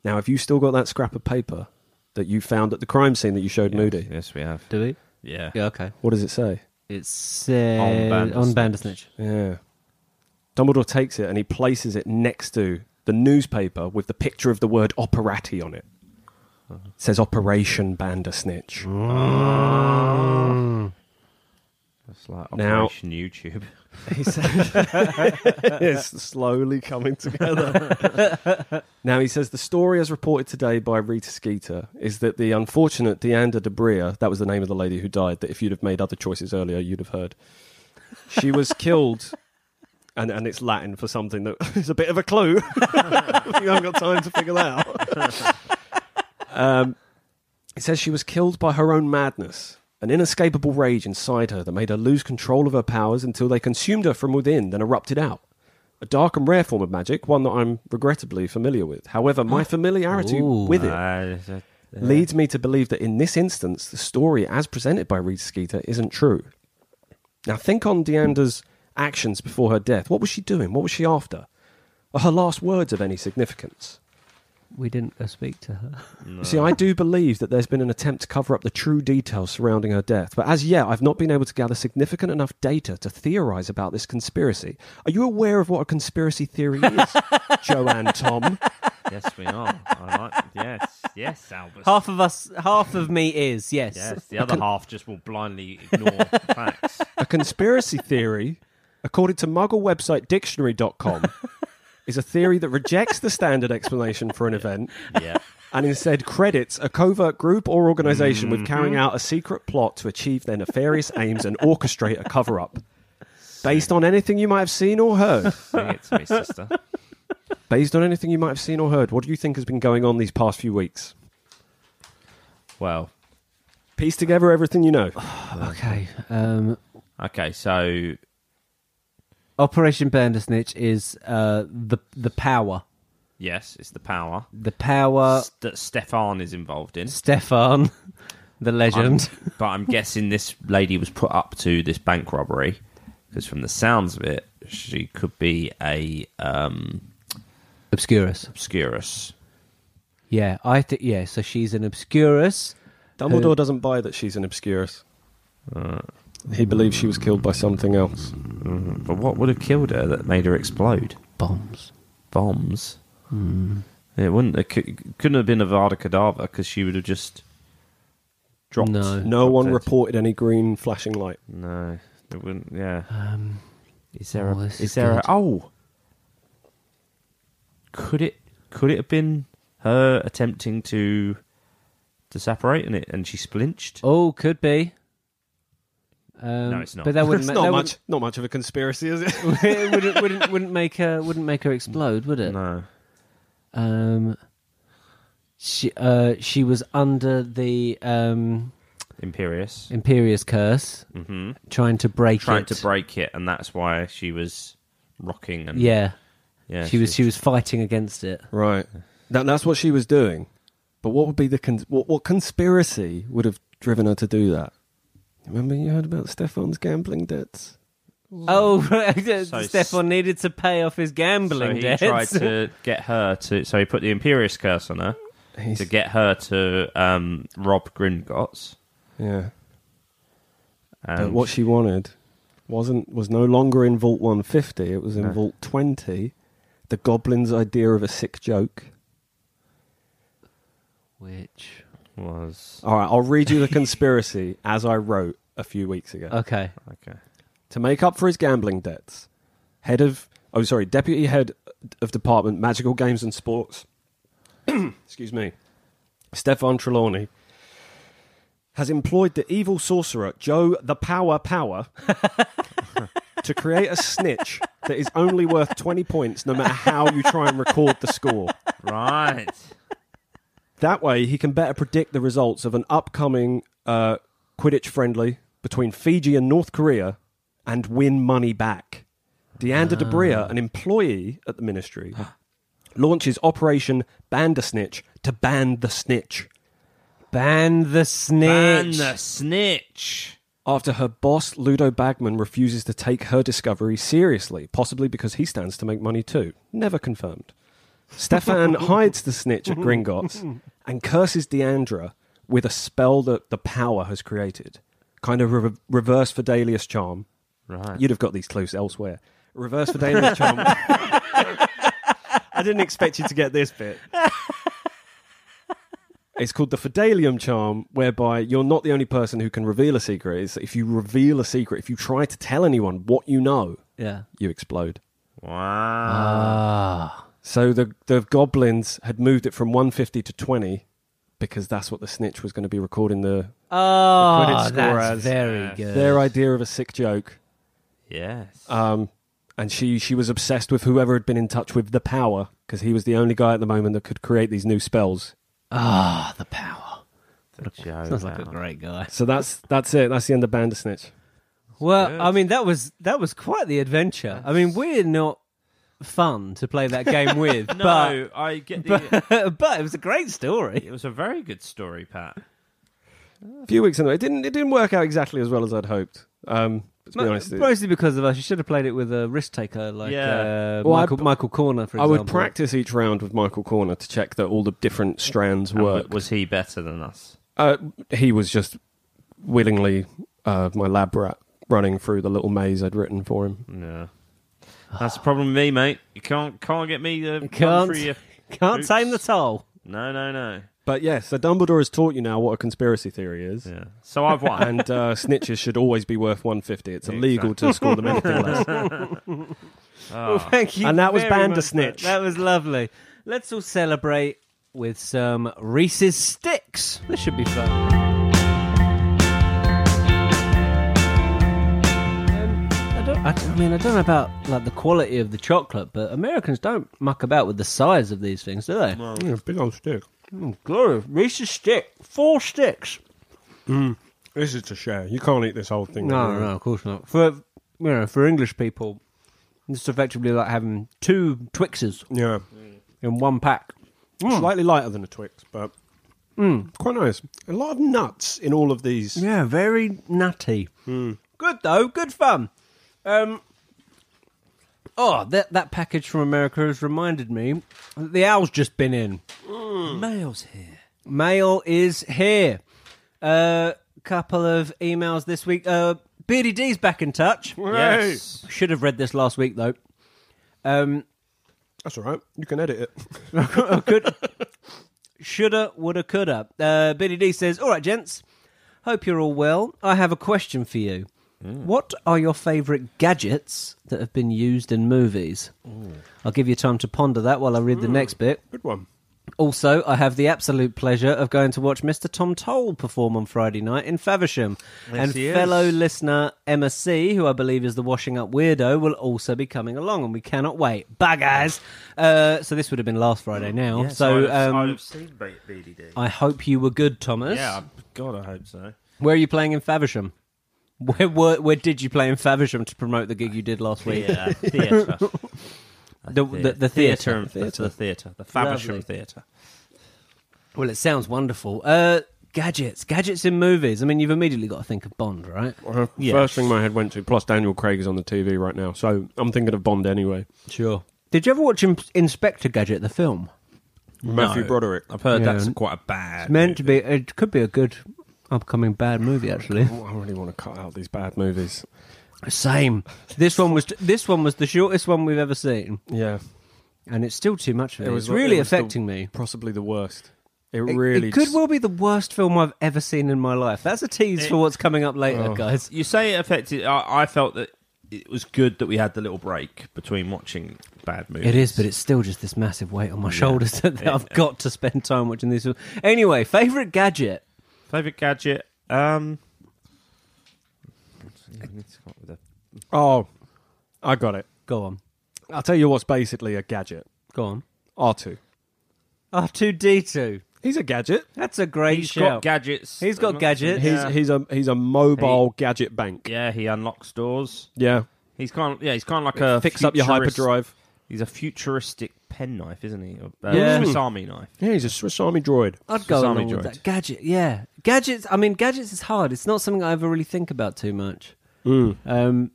[SPEAKER 1] Now, have you still got that scrap of paper that you found at the crime scene that you showed Moody?
[SPEAKER 2] Yes, we have.
[SPEAKER 3] do we?
[SPEAKER 2] Yeah.
[SPEAKER 3] Yeah, okay.
[SPEAKER 1] What does it say?
[SPEAKER 3] It's uh, on,
[SPEAKER 2] Bandersnatch.
[SPEAKER 3] on Bandersnatch.
[SPEAKER 1] Yeah. Dumbledore takes it and he places it next to the newspaper with the picture of the word operati on it. It says Operation Bandersnitch.
[SPEAKER 2] It's like
[SPEAKER 1] Now-
[SPEAKER 2] Operation YouTube.
[SPEAKER 1] He says it's slowly coming together. now he says the story as reported today by Rita Skeeter is that the unfortunate Deanda Debria, that was the name of the lady who died, that if you'd have made other choices earlier, you'd have heard. She was killed and, and it's Latin for something that is a bit of a clue. you haven't got time to figure that out. um, it says she was killed by her own madness, an inescapable rage inside her that made her lose control of her powers until they consumed her from within, then erupted out. A dark and rare form of magic, one that I'm regrettably familiar with. However, my familiarity
[SPEAKER 3] Ooh.
[SPEAKER 1] with it
[SPEAKER 2] Uh, is it-
[SPEAKER 1] leads me to believe that in this instance, the story as presented by Reed Skeeter isn't true. Now think on Deanda's actions before her death. What was she doing? What was she after? Are her last words of any significance?
[SPEAKER 3] We didn't go speak to her.
[SPEAKER 1] See, I do believe that there's been an attempt to cover up the true details surrounding her death, but as yet, I've not been able to gather significant enough data to theorize about this conspiracy. Are you aware of what a conspiracy theory is, Joanne Tom?
[SPEAKER 2] yes, we are. I like. Yes, yes, Albus.
[SPEAKER 3] Half of us, half of me is yes.
[SPEAKER 2] Yes, the other half just will blindly ignore facts.
[SPEAKER 1] A conspiracy theory, according to muggle website dictionary.com, is a theory that rejects the standard explanation for an event
[SPEAKER 2] Yeah.
[SPEAKER 1] and instead credits a covert group or organization with carrying out a secret plot to achieve their nefarious aims and orchestrate a cover up. Based on anything you might have seen or heard,
[SPEAKER 2] Sing it to me, sister.
[SPEAKER 1] based on anything you might have seen or heard, what do you think has been going on these past few weeks?
[SPEAKER 2] Well,
[SPEAKER 1] Piece together everything you know.
[SPEAKER 3] Okay. Um,
[SPEAKER 2] okay, so
[SPEAKER 3] Operation Bandersnitch is uh, the the power,
[SPEAKER 2] yes, it's the power
[SPEAKER 3] the power.
[SPEAKER 2] s- that Stefan is involved in.
[SPEAKER 3] Stefan, the legend.
[SPEAKER 2] I'm- but I'm guessing this lady was put up to this bank robbery because, from the sounds of it, she could be a um,
[SPEAKER 3] Obscurus.
[SPEAKER 2] obscurus.
[SPEAKER 3] Yeah, I think. Yeah, so she's an Obscurus.
[SPEAKER 1] Dumbledore doesn't buy that she's an obscurus. Uh, he believes she was killed by something else.
[SPEAKER 2] But what would have killed her that made her explode?
[SPEAKER 3] Bombs.
[SPEAKER 2] Bombs. Hmm. It wouldn't. It cou- couldn't have been a Vada Kedavra because she would have just dropped.
[SPEAKER 3] No.
[SPEAKER 1] No
[SPEAKER 2] dropped
[SPEAKER 1] one
[SPEAKER 2] dead.
[SPEAKER 1] reported any green flashing light.
[SPEAKER 2] No, it wouldn't. Yeah.
[SPEAKER 3] Um,
[SPEAKER 2] Is there
[SPEAKER 3] Oh,
[SPEAKER 2] a,
[SPEAKER 3] this
[SPEAKER 2] Ah, is,
[SPEAKER 3] is
[SPEAKER 2] there a,
[SPEAKER 3] good.
[SPEAKER 2] oh could it could it have been her attempting to to separate and it and she splinched?
[SPEAKER 3] oh, could be. Um,
[SPEAKER 2] No, it's not.
[SPEAKER 3] But that wouldn't.
[SPEAKER 1] It's
[SPEAKER 3] ma-
[SPEAKER 1] not
[SPEAKER 3] that
[SPEAKER 1] much, not much of a conspiracy, is it?
[SPEAKER 3] Wouldn't, it wouldn't, wouldn't wouldn't make her wouldn't make her explode, would it?
[SPEAKER 2] No.
[SPEAKER 3] Um, she uh she was under the um
[SPEAKER 2] Imperious.
[SPEAKER 3] Imperious curse,
[SPEAKER 2] hmm
[SPEAKER 3] trying to break
[SPEAKER 2] Trying
[SPEAKER 3] it.
[SPEAKER 2] to break it and that's why she was rocking and
[SPEAKER 3] Yeah.
[SPEAKER 2] yeah
[SPEAKER 3] she was she was fighting against it.
[SPEAKER 1] Right. That, that's what she was doing. But what would be the cons- what, what conspiracy would have driven her to do that? Remember you heard about Stefan's gambling debts?
[SPEAKER 3] Oh,
[SPEAKER 2] So
[SPEAKER 3] Stefan needed to pay off his
[SPEAKER 2] so
[SPEAKER 3] gambling
[SPEAKER 2] he
[SPEAKER 3] debts.
[SPEAKER 2] tried to get her to so he put the Imperious curse on her
[SPEAKER 1] He's-
[SPEAKER 2] to get her to um rob Gringotts.
[SPEAKER 1] Yeah. But
[SPEAKER 3] Uh,
[SPEAKER 2] And
[SPEAKER 1] what she wanted wasn't was no longer in Vault 150. It was in
[SPEAKER 2] No.
[SPEAKER 1] Vault 20. The Goblin's idea of a sick joke.
[SPEAKER 3] Which
[SPEAKER 2] was
[SPEAKER 1] All right, I'll read you the conspiracy as I wrote a few weeks ago.
[SPEAKER 3] okay,
[SPEAKER 2] okay.
[SPEAKER 1] to make up for his gambling debts, head of oh sorry, deputy head of department magical games and sports, excuse me, Stefan Trelawney has employed the evil sorcerer Joe the Power Power to create a snitch that is only worth 20 points no matter how you try and record the score.
[SPEAKER 2] Right.
[SPEAKER 1] That way, he can better predict the results of an upcoming uh, Quidditch friendly between Fiji and North Korea and win money back. Deanda De Brea, an employee at the ministry, launches Operation Bandersnitch to ban the snitch
[SPEAKER 3] ban
[SPEAKER 2] Ban
[SPEAKER 3] the snitch.
[SPEAKER 2] the snitch.
[SPEAKER 1] after her boss, Ludo Bagman, refuses to take her discovery seriously, possibly because he stands to make money too. Never confirmed. Stefan hides the snitch at Gringotts and curses Deandra with a spell that the power has created. Kind of re- reverse Fidelius charm.
[SPEAKER 2] Right.
[SPEAKER 1] You'd have got these clues elsewhere. Reverse Fidelius charm. I didn't expect you to get this bit. It's called the Fidelium charm, whereby you're not the only person who can reveal a secret. It's that if you reveal a secret, if you try to tell anyone what you know,
[SPEAKER 3] Yeah.
[SPEAKER 1] you explode.
[SPEAKER 3] Uh,
[SPEAKER 2] Wow.
[SPEAKER 3] Ah,
[SPEAKER 1] So the the goblins had moved it from 150 to 20 because that's what the snitch was going to be recording the
[SPEAKER 3] oh,
[SPEAKER 1] score
[SPEAKER 3] that's
[SPEAKER 1] as-
[SPEAKER 3] very
[SPEAKER 2] Yes.
[SPEAKER 3] good.
[SPEAKER 1] their idea of a sick joke.
[SPEAKER 2] yes.
[SPEAKER 3] uh,
[SPEAKER 1] Um, and she she was obsessed with whoever had been in touch with the power because he was the only guy at the moment that could create these new spells.
[SPEAKER 3] Ah, the power.
[SPEAKER 2] The Joe
[SPEAKER 3] Sounds like a
[SPEAKER 2] Bauer.
[SPEAKER 3] great guy.
[SPEAKER 1] So that's that's it. That's the end of Bandersnitch.
[SPEAKER 3] Well,
[SPEAKER 2] Good.
[SPEAKER 3] I mean, that was that was quite the adventure. I mean, we're not fun to play that game with,
[SPEAKER 2] No, I get the.
[SPEAKER 3] but but it was a great story.
[SPEAKER 2] It was a very good story, Pat.
[SPEAKER 1] A few weeks in, it didn't it didn't work out exactly as well as I'd hoped. Um, But to be
[SPEAKER 3] Mo-
[SPEAKER 1] honest, it-
[SPEAKER 3] mostly because of us. You should have played it with a risk taker like
[SPEAKER 2] Yeah.
[SPEAKER 3] uh,
[SPEAKER 1] Well, I-
[SPEAKER 3] Michael, Michael Corner, for
[SPEAKER 1] I
[SPEAKER 3] example.
[SPEAKER 1] would practice each round with Michael Corner to check that all the different strands
[SPEAKER 2] And
[SPEAKER 1] work.
[SPEAKER 2] Was he better than us?
[SPEAKER 1] Uh, he was just willingly uh, my lab rat running through the little maze I'd written for him.
[SPEAKER 2] No. That's the problem with me, mate. You can't can't get me to
[SPEAKER 3] Can't.
[SPEAKER 2] run through your-
[SPEAKER 3] Can't
[SPEAKER 2] Oops.
[SPEAKER 3] tame the toll.
[SPEAKER 2] No, no, no.
[SPEAKER 1] But yeah, so Dumbledore has taught you now what a conspiracy theory is.
[SPEAKER 2] Yeah. So I've won.
[SPEAKER 1] And uh, snitches should always be worth 150. It's illegal to score them anything less.
[SPEAKER 3] Well, thank you.
[SPEAKER 1] Ah. And that was
[SPEAKER 3] very much.
[SPEAKER 1] Bandersnitch.
[SPEAKER 3] That was lovely. Let's all celebrate with some Reese's sticks. This should be fun. Um, I, don't, I, don't- I mean, I don't know about like the quality of the chocolate, but Americans don't muck about with the size of these things, do they?
[SPEAKER 1] big old stick.
[SPEAKER 3] Glorious Reese's stick, four sticks.
[SPEAKER 1] This is to share. You can't eat this whole thing.
[SPEAKER 3] No, no, of course not. For you know, for English people, it's effectively like having two Twixes
[SPEAKER 1] Yeah. Mm.
[SPEAKER 3] in one pack.
[SPEAKER 1] Slightly lighter than a Twix, but
[SPEAKER 2] Mm.
[SPEAKER 1] quite nice. A lot of nuts in all of these.
[SPEAKER 3] Yeah, very nutty. Hmm. Good though, good fun. Um, oh, that that package from America has reminded me that the owl's just been in. Hmm.
[SPEAKER 2] Mail's here.
[SPEAKER 3] Mail is here. A uh, couple of emails this week. Uh, Beardy D's back in touch.
[SPEAKER 2] Yes.
[SPEAKER 3] Should have read this last week though. Um,
[SPEAKER 1] That's all right. You can edit it.
[SPEAKER 3] Shoulda, woulda, coulda. Uh, Billy D says, All right, gents. Hope you're all well. I have a question for you.
[SPEAKER 2] Mm.
[SPEAKER 3] What are your favourite gadgets that have been used in movies? I'll give you time to ponder that while I read
[SPEAKER 2] Mm.
[SPEAKER 3] the next bit.
[SPEAKER 1] Good one.
[SPEAKER 3] Also, I have the absolute pleasure of going to watch Mr. Tom Toll perform on Friday night in Faversham. and
[SPEAKER 2] he is.
[SPEAKER 3] fellow listener Emma C, who I believe is the washing up weirdo, will also be coming along, and we cannot wait. Baggers! Uh, so, this would have been last Friday
[SPEAKER 2] Mm.
[SPEAKER 3] now. so, um,
[SPEAKER 2] I've seen BDD.
[SPEAKER 3] I hope you were good, Thomas.
[SPEAKER 2] Yeah, God, I hope so.
[SPEAKER 3] Where are you playing in Faversham? Where, where where did you play in Faversham to promote the gig you did last week?
[SPEAKER 2] Yeah, theatre.
[SPEAKER 3] The, the, the theatre.
[SPEAKER 2] and the theatre, the Faversham
[SPEAKER 3] Lovely.
[SPEAKER 2] theatre.
[SPEAKER 3] Well, it sounds wonderful. Uh, gadgets, gadgets in movies. I mean, you've immediately got to think of Bond, right?
[SPEAKER 1] Uh,
[SPEAKER 2] Uh-huh. Yes.
[SPEAKER 1] First thing my head went to. Plus, Daniel Craig is on the TV right now, so I'm thinking of Bond anyway.
[SPEAKER 3] Sure. Did you ever watch In- Inspector Gadget, the film?
[SPEAKER 1] Matthew Broderick.
[SPEAKER 2] I've heard
[SPEAKER 3] Yeah.
[SPEAKER 2] that's quite a bad.
[SPEAKER 3] It's meant to be. It could be a good upcoming bad movie, actually.
[SPEAKER 1] Oh, I really want to cut out these bad movies.
[SPEAKER 3] Same. This one was. This one was the shortest one we've ever seen,
[SPEAKER 1] Yeah,
[SPEAKER 3] and it's still too much. Of it,
[SPEAKER 1] was-
[SPEAKER 3] it's really
[SPEAKER 1] it was the-
[SPEAKER 3] affecting me.
[SPEAKER 1] possibly the worst. It,
[SPEAKER 3] It,
[SPEAKER 1] really
[SPEAKER 3] it could
[SPEAKER 1] just-
[SPEAKER 3] well be the worst film I've ever seen in my life. That's a tease for what's coming up later, guys.
[SPEAKER 2] You say it affected. I, I felt that it was good that we had the little break between watching bad movies.
[SPEAKER 3] It is, but it's still just this massive weight on my shoulders that, I've got to spend time watching this. film. Anyway, favorite gadget.
[SPEAKER 2] favorite gadget. Um, I need to come up with a-
[SPEAKER 1] Oh, I got it.
[SPEAKER 3] Go on,
[SPEAKER 1] I'll tell you what's basically a gadget.
[SPEAKER 3] go on.
[SPEAKER 1] R2.
[SPEAKER 3] R two D two.
[SPEAKER 1] He's a gadget.
[SPEAKER 3] That's a great
[SPEAKER 2] He's
[SPEAKER 3] shout.
[SPEAKER 2] got gadgets.
[SPEAKER 3] He's got
[SPEAKER 2] Um,
[SPEAKER 3] gadgets.
[SPEAKER 1] He's
[SPEAKER 2] Yeah.
[SPEAKER 1] he's a he's a mobile gadget bank.
[SPEAKER 2] yeah, he unlocks doors.
[SPEAKER 1] Yeah,
[SPEAKER 2] He's kind of yeah. He's kind of like a
[SPEAKER 1] fix up your
[SPEAKER 2] futurist-
[SPEAKER 1] hyperdrive.
[SPEAKER 2] He's a futuristic penknife, isn't he? Or, Uh,
[SPEAKER 3] Yeah.
[SPEAKER 2] Swiss Army knife.
[SPEAKER 1] Yeah, he's a Swiss Army droid.
[SPEAKER 3] I'd go
[SPEAKER 2] Swiss
[SPEAKER 3] along
[SPEAKER 2] Army
[SPEAKER 3] with
[SPEAKER 2] droid.
[SPEAKER 3] that gadget. Yeah, gadgets. I mean, gadgets is hard. It's not something I ever really think about too much. Um,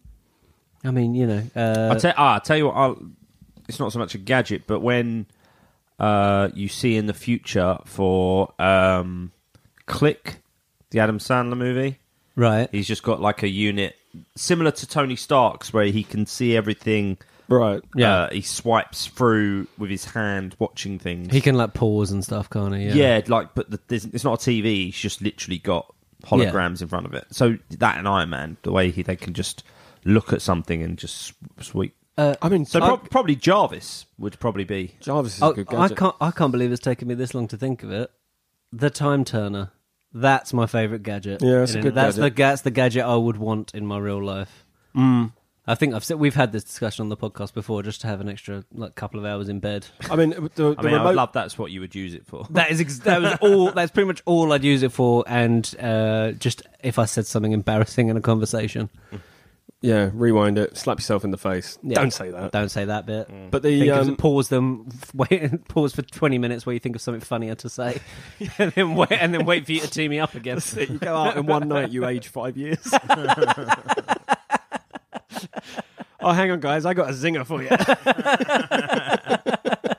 [SPEAKER 3] I mean, you know, uh,
[SPEAKER 2] I tell, ah, I tell you what, I'll, it's not so much a gadget, but when uh, you see in the future for um, Click, the Adam Sandler movie,
[SPEAKER 3] right?
[SPEAKER 2] he's just got like a unit similar to Tony Stark's, where he can see everything.
[SPEAKER 1] Right.
[SPEAKER 3] Yeah.
[SPEAKER 2] uh, he swipes through with his hand, watching things.
[SPEAKER 3] He can like pause and stuff, can't he?
[SPEAKER 2] yeah, like, but the, there's, it's not a TV. He's just literally got holograms in front of it. So that and Iron Man, the way he they can just look at something and just sweep.
[SPEAKER 1] I mean,
[SPEAKER 2] So
[SPEAKER 1] I-
[SPEAKER 2] prob- probably Jarvis would probably be.
[SPEAKER 1] Jarvis is a
[SPEAKER 3] Oh,
[SPEAKER 1] good
[SPEAKER 3] I
[SPEAKER 1] gadget.
[SPEAKER 3] can't. I can't believe it's taken me this long to think of it. The time turner. That's my favorite gadget.
[SPEAKER 1] Yeah, it's a
[SPEAKER 3] In
[SPEAKER 1] good
[SPEAKER 3] that's
[SPEAKER 1] gadget.
[SPEAKER 3] the that's the gadget Mm. I would want in my real life. I think I've said, we've had this discussion on the podcast before, just to have an extra like couple of hours in bed.
[SPEAKER 1] I mean, the, the
[SPEAKER 2] I mean, I
[SPEAKER 1] remote
[SPEAKER 2] would love that's what you would use it for.
[SPEAKER 3] That is ex- that was all. That's pretty much all I'd use it for, and uh, just if I said something embarrassing in a conversation.
[SPEAKER 1] Yeah, rewind it. Slap yourself in the face.
[SPEAKER 3] Yeah.
[SPEAKER 1] Don't say that.
[SPEAKER 3] Don't say that Mm. bit.
[SPEAKER 1] But the
[SPEAKER 3] Think of-
[SPEAKER 1] um,
[SPEAKER 3] pause them, wait, pause for twenty minutes where you think of something funnier to say, and then wait, and then wait for you to team me up again.
[SPEAKER 1] you go out in one night, you age five years. oh, hang on, guys, I got a zinger for you. I mean,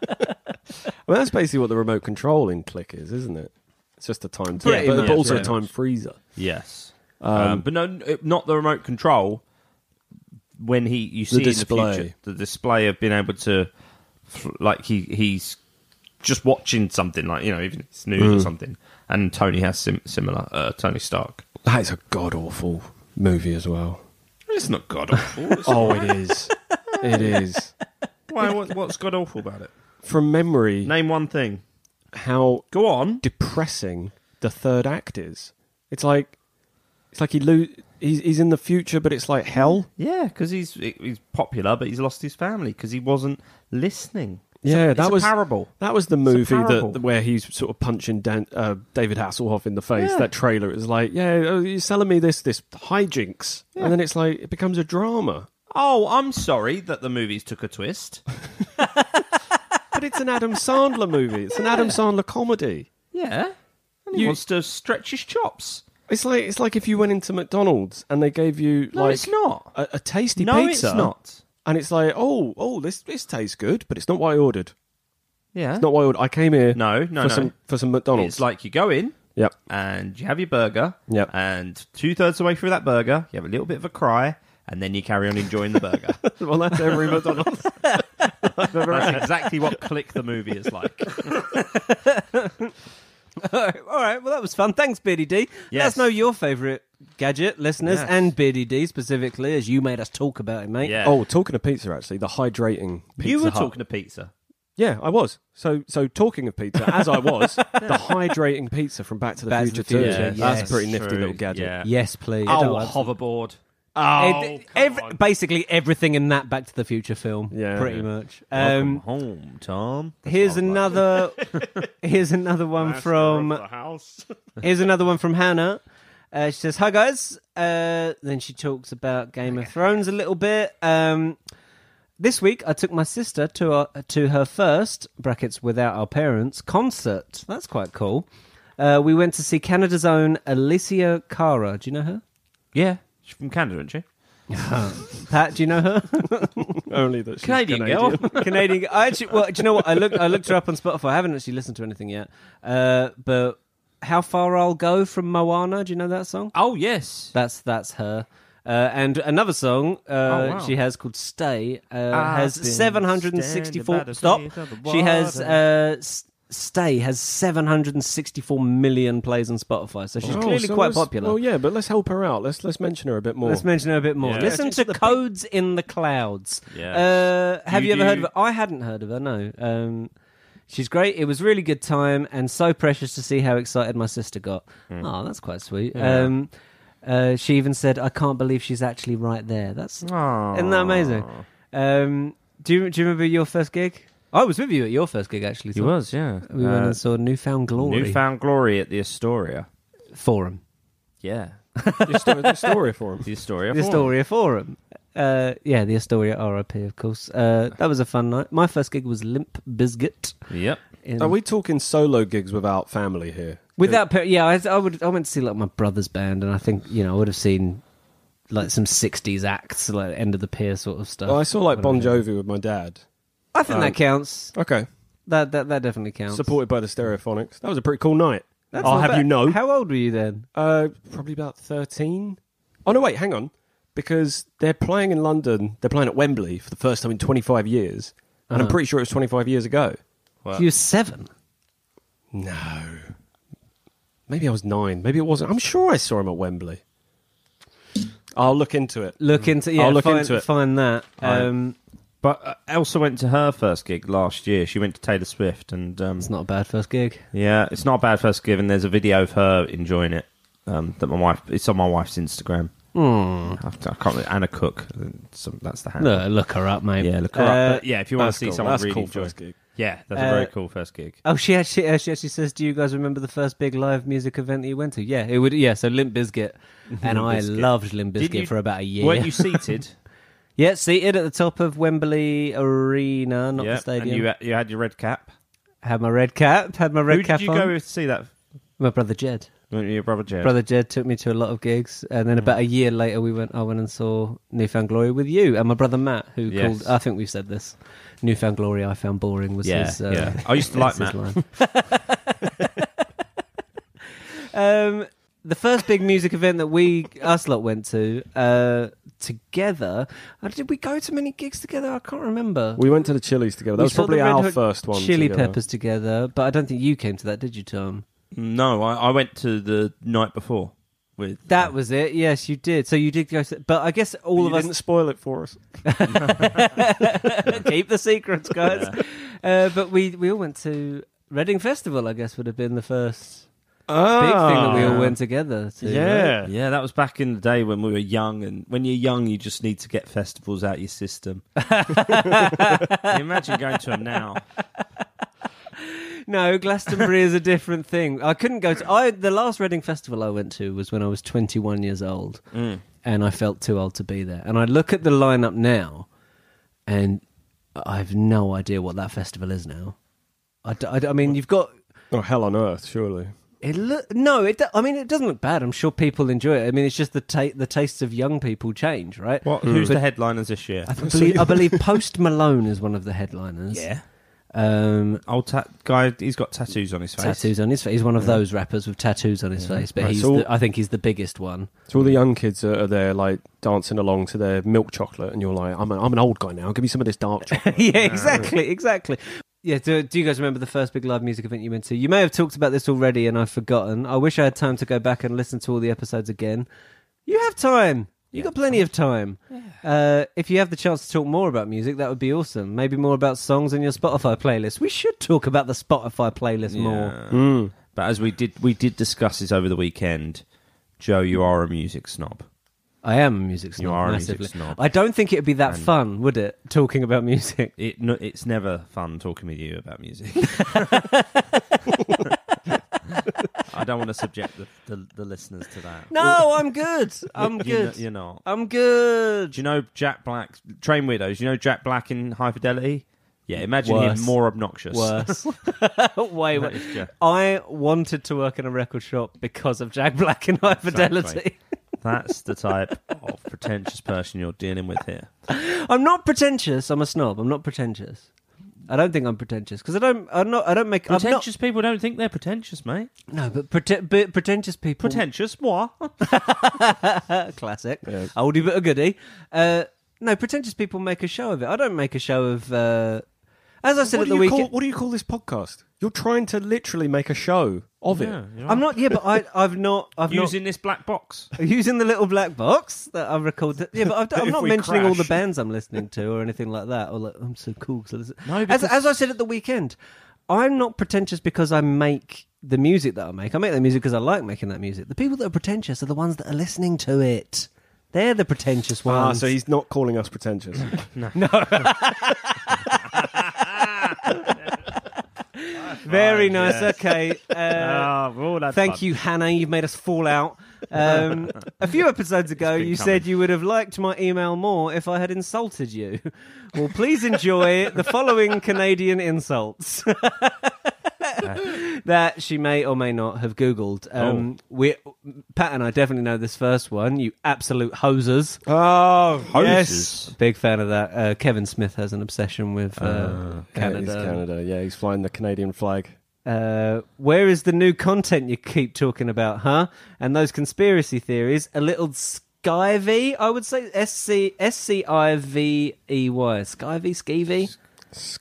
[SPEAKER 1] that's basically what the remote control in Click is, isn't it? It's just a time, to,
[SPEAKER 2] Pretty
[SPEAKER 1] but, but
[SPEAKER 2] much,
[SPEAKER 1] also a
[SPEAKER 2] yeah.
[SPEAKER 1] time freezer.
[SPEAKER 2] Yes, um, but no, n- it- not the remote control. When he you see in
[SPEAKER 1] display.
[SPEAKER 2] the future the display of being able to, f- like he he's just watching something like you know even if it's news or something, and Tony has sim- similar uh, Tony Stark.
[SPEAKER 1] That is a god awful movie as well.
[SPEAKER 2] It's not god awful. It's-
[SPEAKER 1] Oh, it is. It is.
[SPEAKER 2] Why? What, what's god awful about it?
[SPEAKER 1] From memory,
[SPEAKER 2] Name one thing.
[SPEAKER 1] how
[SPEAKER 2] Go on.
[SPEAKER 1] depressing the third act is. It's like it's like he lo- he's he's in the future, but it's like hell.
[SPEAKER 2] Yeah, because he's he's popular, but he's lost his family because he wasn't listening.
[SPEAKER 1] Yeah,
[SPEAKER 2] it's
[SPEAKER 1] that
[SPEAKER 2] a
[SPEAKER 1] was
[SPEAKER 2] parable.
[SPEAKER 1] That was the
[SPEAKER 2] a
[SPEAKER 1] movie
[SPEAKER 2] parable.
[SPEAKER 1] that where he's sort of punching Dan, uh, David Hasselhoff in the face.
[SPEAKER 2] Yeah.
[SPEAKER 1] That trailer is like, yeah, oh, you're selling me this this hijinks,
[SPEAKER 2] Yeah.
[SPEAKER 1] and then it's like it becomes a drama.
[SPEAKER 2] Oh, I'm sorry that the movies took a twist.
[SPEAKER 1] But it's an Adam Sandler movie. It's an Adam Sandler comedy.
[SPEAKER 2] Yeah. And he
[SPEAKER 1] You-
[SPEAKER 2] wants to stretch his chops.
[SPEAKER 1] It's like it's like if you went into McDonald's and they gave you
[SPEAKER 2] No,
[SPEAKER 1] like
[SPEAKER 2] it's not.
[SPEAKER 1] a, a tasty
[SPEAKER 2] no,
[SPEAKER 1] pizza,
[SPEAKER 2] it's not.
[SPEAKER 1] and it's like, oh, oh, this this tastes good, but it's not what I ordered.
[SPEAKER 2] Yeah.
[SPEAKER 1] It's not what I ordered. I came here.
[SPEAKER 2] No, no, no.
[SPEAKER 1] for some for some McDonald's.
[SPEAKER 2] It's like you go in
[SPEAKER 1] yep,
[SPEAKER 2] and you have your burger.
[SPEAKER 1] Yep.
[SPEAKER 2] And two thirds of the way through that burger, you have a little bit of a cry, and then you carry on enjoying the burger.
[SPEAKER 1] well, that's every McDonald's.
[SPEAKER 2] That's exactly what Click the movie is like.
[SPEAKER 3] All right, well, that was fun. Thanks, Beardy D. Let us
[SPEAKER 2] Yes.
[SPEAKER 3] know your favourite gadget, listeners,
[SPEAKER 2] Yes.
[SPEAKER 3] and Beardy D specifically, as you made us talk about it, mate.
[SPEAKER 2] Yeah.
[SPEAKER 1] oh, talking of pizza, actually, the hydrating. Pizza
[SPEAKER 2] you were
[SPEAKER 1] Hut.
[SPEAKER 2] talking to pizza.
[SPEAKER 1] Yeah, I was. So, so talking of pizza, as I was, the hydrating pizza from Back to the
[SPEAKER 3] Back to
[SPEAKER 1] Future
[SPEAKER 3] the
[SPEAKER 1] too.
[SPEAKER 3] Future,
[SPEAKER 1] that's
[SPEAKER 3] yes.
[SPEAKER 1] a pretty nifty
[SPEAKER 2] True,
[SPEAKER 1] little gadget.
[SPEAKER 2] yeah.
[SPEAKER 3] Yes, please.
[SPEAKER 2] Oh, a hoverboard.
[SPEAKER 1] Oh,
[SPEAKER 3] It- ev- basically everything in that Back to the Future film,
[SPEAKER 1] Yeah.
[SPEAKER 3] pretty much.
[SPEAKER 2] Welcome
[SPEAKER 3] Um,
[SPEAKER 2] home, Tom.
[SPEAKER 3] here's another. here's another one from
[SPEAKER 4] house.
[SPEAKER 3] Here's another one from Hannah. Uh, she says, "Hi guys." Uh, then she talks about Game of Thrones a little bit. Um, this week, I took my sister to our, to her first brackets without our parents concert. That's quite cool. Uh, we went to see Canada's own Alicia Cara. Do you know her?
[SPEAKER 2] Yeah. She's from Canada, isn't she?
[SPEAKER 3] Pat, do you know her?
[SPEAKER 1] only that she's
[SPEAKER 2] Canadian, girl.
[SPEAKER 3] Canadian. I actually, well, do you know what? I looked, I looked her up on Spotify. I haven't actually listened to anything yet. Uh, but how far I'll go from Moana? Do you know that song?
[SPEAKER 2] oh, yes.
[SPEAKER 3] That's that's her. Uh, and another song uh,
[SPEAKER 2] Oh, wow. Ah,
[SPEAKER 3] she has called "Stay" uh,
[SPEAKER 2] I've
[SPEAKER 3] has
[SPEAKER 2] been standing by
[SPEAKER 3] 764.
[SPEAKER 2] the
[SPEAKER 3] Stop.
[SPEAKER 2] waves of the
[SPEAKER 3] She has
[SPEAKER 2] water.
[SPEAKER 3] uh, S- "Stay" has 764 million plays on Spotify, so
[SPEAKER 2] Oh,
[SPEAKER 3] she's clearly quite popular.
[SPEAKER 1] Well, yeah, but Oh, let's help her out. Let's let's mention her a bit more.
[SPEAKER 3] Let's mention her a bit more.
[SPEAKER 2] Yeah.
[SPEAKER 3] Listen
[SPEAKER 2] It's
[SPEAKER 3] to "Codes in the Clouds."
[SPEAKER 2] Yes.
[SPEAKER 3] Uh, have you,
[SPEAKER 2] You
[SPEAKER 3] ever heard of
[SPEAKER 2] do-
[SPEAKER 3] her? I hadn't heard of her. No. Um, she's great. It was a really good time, and so precious to see how excited my sister got.
[SPEAKER 2] Hmm.
[SPEAKER 3] Oh, that's quite sweet. Um, uh, she even said, "I can't believe she's actually right there." That's isn't that amazing? Um, do you do you remember your first gig? I was with you at your first gig actually.
[SPEAKER 2] He
[SPEAKER 3] Tom.
[SPEAKER 2] was, yeah.
[SPEAKER 3] We went and saw Newfound Glory
[SPEAKER 2] Uh, Newfound glory at the Astoria.
[SPEAKER 3] Forum.
[SPEAKER 2] Yeah.
[SPEAKER 1] the story, the story for him.
[SPEAKER 2] The Astoria.
[SPEAKER 3] The
[SPEAKER 2] Forum.
[SPEAKER 3] Astoria Forum. Uh, yeah, the Astoria RIP, of course. Uh, that was a fun night. My first gig was Limp Bizkit.
[SPEAKER 2] Yep.
[SPEAKER 3] in-
[SPEAKER 1] Are Oh, we talking solo gigs without family here?
[SPEAKER 3] Without, per- yeah, I, I would. I went to see like my brother's band, and I think you know I would have seen like some '60s acts, like end of the pier sort of stuff.
[SPEAKER 1] Well, I saw like Bon
[SPEAKER 3] Whatever.
[SPEAKER 1] Jovi with my dad.
[SPEAKER 3] I think
[SPEAKER 1] um,
[SPEAKER 3] that counts.
[SPEAKER 1] Okay,
[SPEAKER 3] That that that definitely counts.
[SPEAKER 1] supported by the Stereophonics. That was a pretty cool night.
[SPEAKER 3] That's
[SPEAKER 1] I'll
[SPEAKER 3] not
[SPEAKER 1] have
[SPEAKER 3] bad.
[SPEAKER 1] you know.
[SPEAKER 3] How old were you then?
[SPEAKER 1] Uh, probably about 13. Oh, no, wait, hang on. Because they're playing in London, they're playing at Wembley for the first time in 25 years. And I'm
[SPEAKER 3] Uh-huh.
[SPEAKER 1] pretty sure it was 25 years ago. Uh,
[SPEAKER 2] Well-
[SPEAKER 3] you were seven.
[SPEAKER 1] No. Maybe I was nine. Maybe it wasn't. I'm sure I saw him at Wembley. I'll look into it.
[SPEAKER 3] Look into yeah.
[SPEAKER 1] I'll look
[SPEAKER 3] find,
[SPEAKER 1] into it.
[SPEAKER 3] Find that.
[SPEAKER 2] Alright.
[SPEAKER 3] Um,
[SPEAKER 2] But uh, Elsa went to her first gig last year. She went to Taylor Swift, and um,
[SPEAKER 3] it's not a bad first gig.
[SPEAKER 2] yeah, it's not a bad first gig. And there's a video of her enjoying it um, that my wife. It's on my wife's Instagram.
[SPEAKER 3] Hmm.
[SPEAKER 2] I, I can't. Remember, Anna Cook. I think Some, that's the handle.
[SPEAKER 3] Look, look her up, mate.
[SPEAKER 2] Yeah, look her
[SPEAKER 3] Uh,
[SPEAKER 2] up. But yeah, if you want
[SPEAKER 1] that's
[SPEAKER 2] to see
[SPEAKER 1] cool.
[SPEAKER 2] someone
[SPEAKER 1] That's
[SPEAKER 2] really
[SPEAKER 1] cool
[SPEAKER 2] enjoy.
[SPEAKER 1] first gig.
[SPEAKER 2] Yeah, that's
[SPEAKER 3] Uh,
[SPEAKER 2] a very cool first gig.
[SPEAKER 3] Oh, she actually, uh, she actually says, "Do you guys remember the first big live music event that you went to?" Yeah, it would. Yeah, so Limp Bizkit, and I
[SPEAKER 2] Bizkit.
[SPEAKER 3] loved Limp
[SPEAKER 2] Did
[SPEAKER 3] Bizkit
[SPEAKER 2] you-
[SPEAKER 3] for about a year.
[SPEAKER 2] Weren't you seated?
[SPEAKER 3] yeah, seated at the top of Wembley Arena, not
[SPEAKER 2] Yeah,
[SPEAKER 3] the stadium.
[SPEAKER 2] And you, you had your red cap.
[SPEAKER 3] had my red cap. Had my red
[SPEAKER 2] Who
[SPEAKER 3] cap
[SPEAKER 2] did you
[SPEAKER 3] on.
[SPEAKER 2] go with to see that?
[SPEAKER 3] My brother Jed.
[SPEAKER 2] Went with your brother Jed.
[SPEAKER 3] Brother Jed took me to a lot of gigs, and then about a
[SPEAKER 2] Mm.
[SPEAKER 3] year later, we went. I went and saw Newfound Glory with you and my brother Matt, who
[SPEAKER 2] Yes.
[SPEAKER 3] called. I think we've said this. Newfound Glory, I found boring was
[SPEAKER 2] Yeah,
[SPEAKER 3] his. Uh,
[SPEAKER 2] yeah. I used to like
[SPEAKER 3] that's his line. um, the first big music event that we us lot went to uh, together. uh, Did we go to many gigs together? I can't remember.
[SPEAKER 1] We went to the Chili's together. That
[SPEAKER 3] We
[SPEAKER 1] was
[SPEAKER 3] saw the
[SPEAKER 1] probably
[SPEAKER 3] Red
[SPEAKER 1] our
[SPEAKER 3] Hot
[SPEAKER 1] first one.
[SPEAKER 3] Chili
[SPEAKER 1] together.
[SPEAKER 3] Peppers together, but I don't think you came to that, did you, Tom?
[SPEAKER 2] No, I, I went to the night before with
[SPEAKER 3] That was it. Yes, you did. So you did go, to, but I guess all
[SPEAKER 1] You
[SPEAKER 3] of us
[SPEAKER 1] didn't spoil it for us.
[SPEAKER 3] Keep the secrets, guys. Uh, but we we all went to Reading Festival. I guess would have been the first big thing that we all went together. To, right?
[SPEAKER 1] Ah, Yeah.
[SPEAKER 2] Yeah, that was back in the day when we were young, and when you're young, you just need to get festivals out your system. Can you imagine going to them now.
[SPEAKER 3] No, Glastonbury is a different thing. I couldn't go to. I the last Reading Festival I went to was when I was 21 years old, and I felt too old to be there. And I look at the lineup now, and I have no idea what that festival is now. I, d- I d- I mean, you've got
[SPEAKER 1] Oh, hell on earth, surely.
[SPEAKER 3] It look no, it. do- I mean, it doesn't look bad. I'm sure people enjoy it. I mean, it's just the ta- the tastes of young people change, right?
[SPEAKER 2] What? Who's the headliners this year?
[SPEAKER 3] Hmm. I believe, I believe Post Malone is one of the headliners. um,
[SPEAKER 2] old ta- guy. He's got tattoos on his face.
[SPEAKER 3] tattoos on his face. He's one of those rappers with tattoos on his face, but
[SPEAKER 1] Right,
[SPEAKER 3] he's.
[SPEAKER 1] so-
[SPEAKER 3] the, I think he's the biggest one.
[SPEAKER 1] So all the young kids are, are there, like dancing along to their milk chocolate, and you're like, "I'm, a, I'm an old guy now. Give me some of this dark chocolate."
[SPEAKER 3] yeah, exactly, exactly. Yeah, do, do you guys remember the first big live music event you went to? You may have talked about this already, and I've forgotten. I wish I had time to go back and listen to all the episodes again. You have time. You got plenty of time. Uh, if you have the chance to talk more about music, that would be awesome. Maybe more about songs in your Spotify playlist. We should talk about the Spotify playlist
[SPEAKER 2] Yeah.
[SPEAKER 3] more.
[SPEAKER 2] But as we did, we did discuss this over the weekend. Joe, you are a music snob.
[SPEAKER 3] I am a music snob.
[SPEAKER 2] You are a music
[SPEAKER 3] massively.
[SPEAKER 2] snob.
[SPEAKER 3] I don't think it would be that fun, would it? Talking about music.
[SPEAKER 2] It, no, it's never fun talking with you about music. I don't want to subject the, the, the listeners to that.
[SPEAKER 3] No, I'm good. I'm
[SPEAKER 2] You're n-
[SPEAKER 3] good.
[SPEAKER 2] You're not.
[SPEAKER 3] I'm good.
[SPEAKER 2] Do you know Jack Black? Train Widows. You know Jack Black in High Fidelity. Yeah, imagine
[SPEAKER 3] Worse.
[SPEAKER 2] him more obnoxious.
[SPEAKER 3] worse. Way
[SPEAKER 2] That
[SPEAKER 3] worse.
[SPEAKER 2] is Jack.
[SPEAKER 3] I wanted to work in a record shop because of Jack Black and High Fidelity.
[SPEAKER 2] That's the type of pretentious person you're dealing with here.
[SPEAKER 3] I'm not pretentious. I'm a snob. I'm not pretentious. I don't think I'm pretentious because I don't. I'm not. I don't make. I'm not,
[SPEAKER 2] Pretentious people don't think they're pretentious, mate.
[SPEAKER 3] no, but, prete- but pretentious people.
[SPEAKER 2] Pretentious, what?
[SPEAKER 3] classic.
[SPEAKER 1] Yeah.
[SPEAKER 3] Oldie but a goodie. Uh, no, pretentious people make a show of it. I don't make a show of. Uh, as I said
[SPEAKER 1] what,
[SPEAKER 3] at
[SPEAKER 1] do
[SPEAKER 3] the
[SPEAKER 1] you
[SPEAKER 3] weekend,
[SPEAKER 1] call, what do you call this podcast? You're trying to literally make a show of it.
[SPEAKER 3] I'm not. Yeah, but I, I've not. I've not-
[SPEAKER 2] using this black box.
[SPEAKER 3] using the little black box that I recorded. Yeah, but I've,
[SPEAKER 2] If
[SPEAKER 3] I'm not
[SPEAKER 2] we
[SPEAKER 3] mentioning all the
[SPEAKER 2] crash.
[SPEAKER 3] bands I'm listening to or anything like that. Or like, I'm so cool. 'cause I listen.
[SPEAKER 2] No,
[SPEAKER 3] as,
[SPEAKER 2] because-
[SPEAKER 3] as I said at the weekend, I'm not pretentious because I make the music that I make. I make the music because I like making that music. The people that are pretentious are the ones that are listening to it. They're the pretentious ones.
[SPEAKER 1] Ah, so he's not calling us pretentious.
[SPEAKER 3] very nice. Okay. Uh,
[SPEAKER 2] fun.
[SPEAKER 3] Thank you, Hannah. You've made us fall out. Um, a few episodes ago,
[SPEAKER 2] been
[SPEAKER 3] you
[SPEAKER 2] coming.
[SPEAKER 3] said you would have liked my email more if I had insulted you. Well, please enjoy the following Canadian insults that she may or may not have Googled.
[SPEAKER 2] Oh.
[SPEAKER 3] Um, we, Pat and I definitely know this first one. You absolute hosers.
[SPEAKER 1] oh,
[SPEAKER 2] Hoses.
[SPEAKER 3] Big fan of that. Uh, Kevin Smith has an obsession with uh,
[SPEAKER 1] Canada.
[SPEAKER 3] Canada.
[SPEAKER 1] Canada. Yeah, he's flying the Canadian flag.
[SPEAKER 3] Uh, where is the new content you keep talking about, huh? And those conspiracy theories, a little skivy, I would say S C S C I V E Y, skivy, skeevy,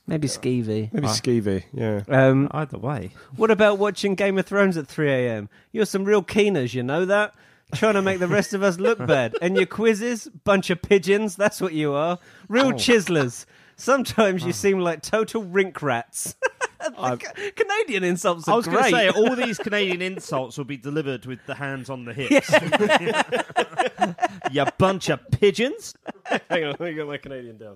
[SPEAKER 3] maybe skeevy.
[SPEAKER 1] Maybe skeevy. Yeah.
[SPEAKER 4] Mm,
[SPEAKER 3] Um,
[SPEAKER 2] Either way,
[SPEAKER 3] what about watching Game of Thrones at 3 a.m.? You're some real keeners, you know that? Trying to make the rest of us look bad. And your quizzes, bunch of pigeons, that's what you are.
[SPEAKER 2] Oh.
[SPEAKER 3] Real chiselers. Sometimes you seem like total rink rats. The Ca- Canadian insults are
[SPEAKER 2] I was going to
[SPEAKER 3] great.
[SPEAKER 2] say all these Canadian insults will be delivered with the hands on the hips. you bunch of pigeons.
[SPEAKER 1] Hang on, let me get my Canadian down.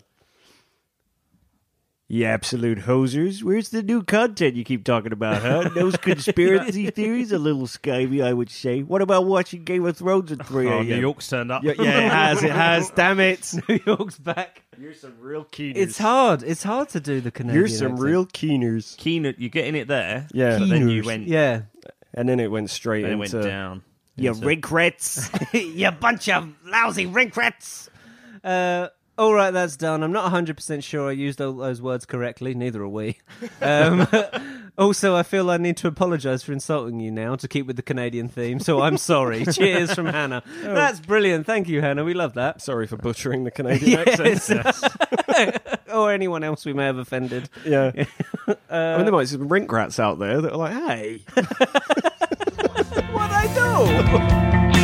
[SPEAKER 1] You absolute hosers.
[SPEAKER 4] Where's the new content you keep talking about, huh? Those conspiracy theories? A little skivey, I would say. What about watching Game of Thrones at 3
[SPEAKER 1] Oh,
[SPEAKER 4] a.m.?
[SPEAKER 2] Oh, York's turned up.
[SPEAKER 4] Yeah, yeah, it has. It has. Damn it.
[SPEAKER 3] New York's back.
[SPEAKER 4] You're some real keeners.
[SPEAKER 3] It's hard. It's hard to do the Canadian.
[SPEAKER 1] You're some
[SPEAKER 3] accent.
[SPEAKER 1] real keeners.
[SPEAKER 2] Keen, you're getting it there.
[SPEAKER 1] Yeah.
[SPEAKER 2] But then you went.
[SPEAKER 3] Yeah.
[SPEAKER 1] and then it went straight
[SPEAKER 2] And it went
[SPEAKER 1] into
[SPEAKER 2] down.
[SPEAKER 4] You
[SPEAKER 2] into-
[SPEAKER 4] rig rats. you bunch of lousy rig rats.
[SPEAKER 3] Uh, all right, that's done. I'm not 100% sure I used all those words correctly. Neither are we. Um, also, I feel I need to apologise for insulting you now to keep with the Canadian theme, so I'm sorry. Cheers from Hannah.
[SPEAKER 1] Oh.
[SPEAKER 3] That's brilliant. Thank you, Hannah. We love that.
[SPEAKER 1] Sorry for butchering the Canadian accent.
[SPEAKER 3] or anyone else we may have offended.
[SPEAKER 1] Yeah. I mean, there might be some rink rats out there that are like, hey.
[SPEAKER 3] What I do?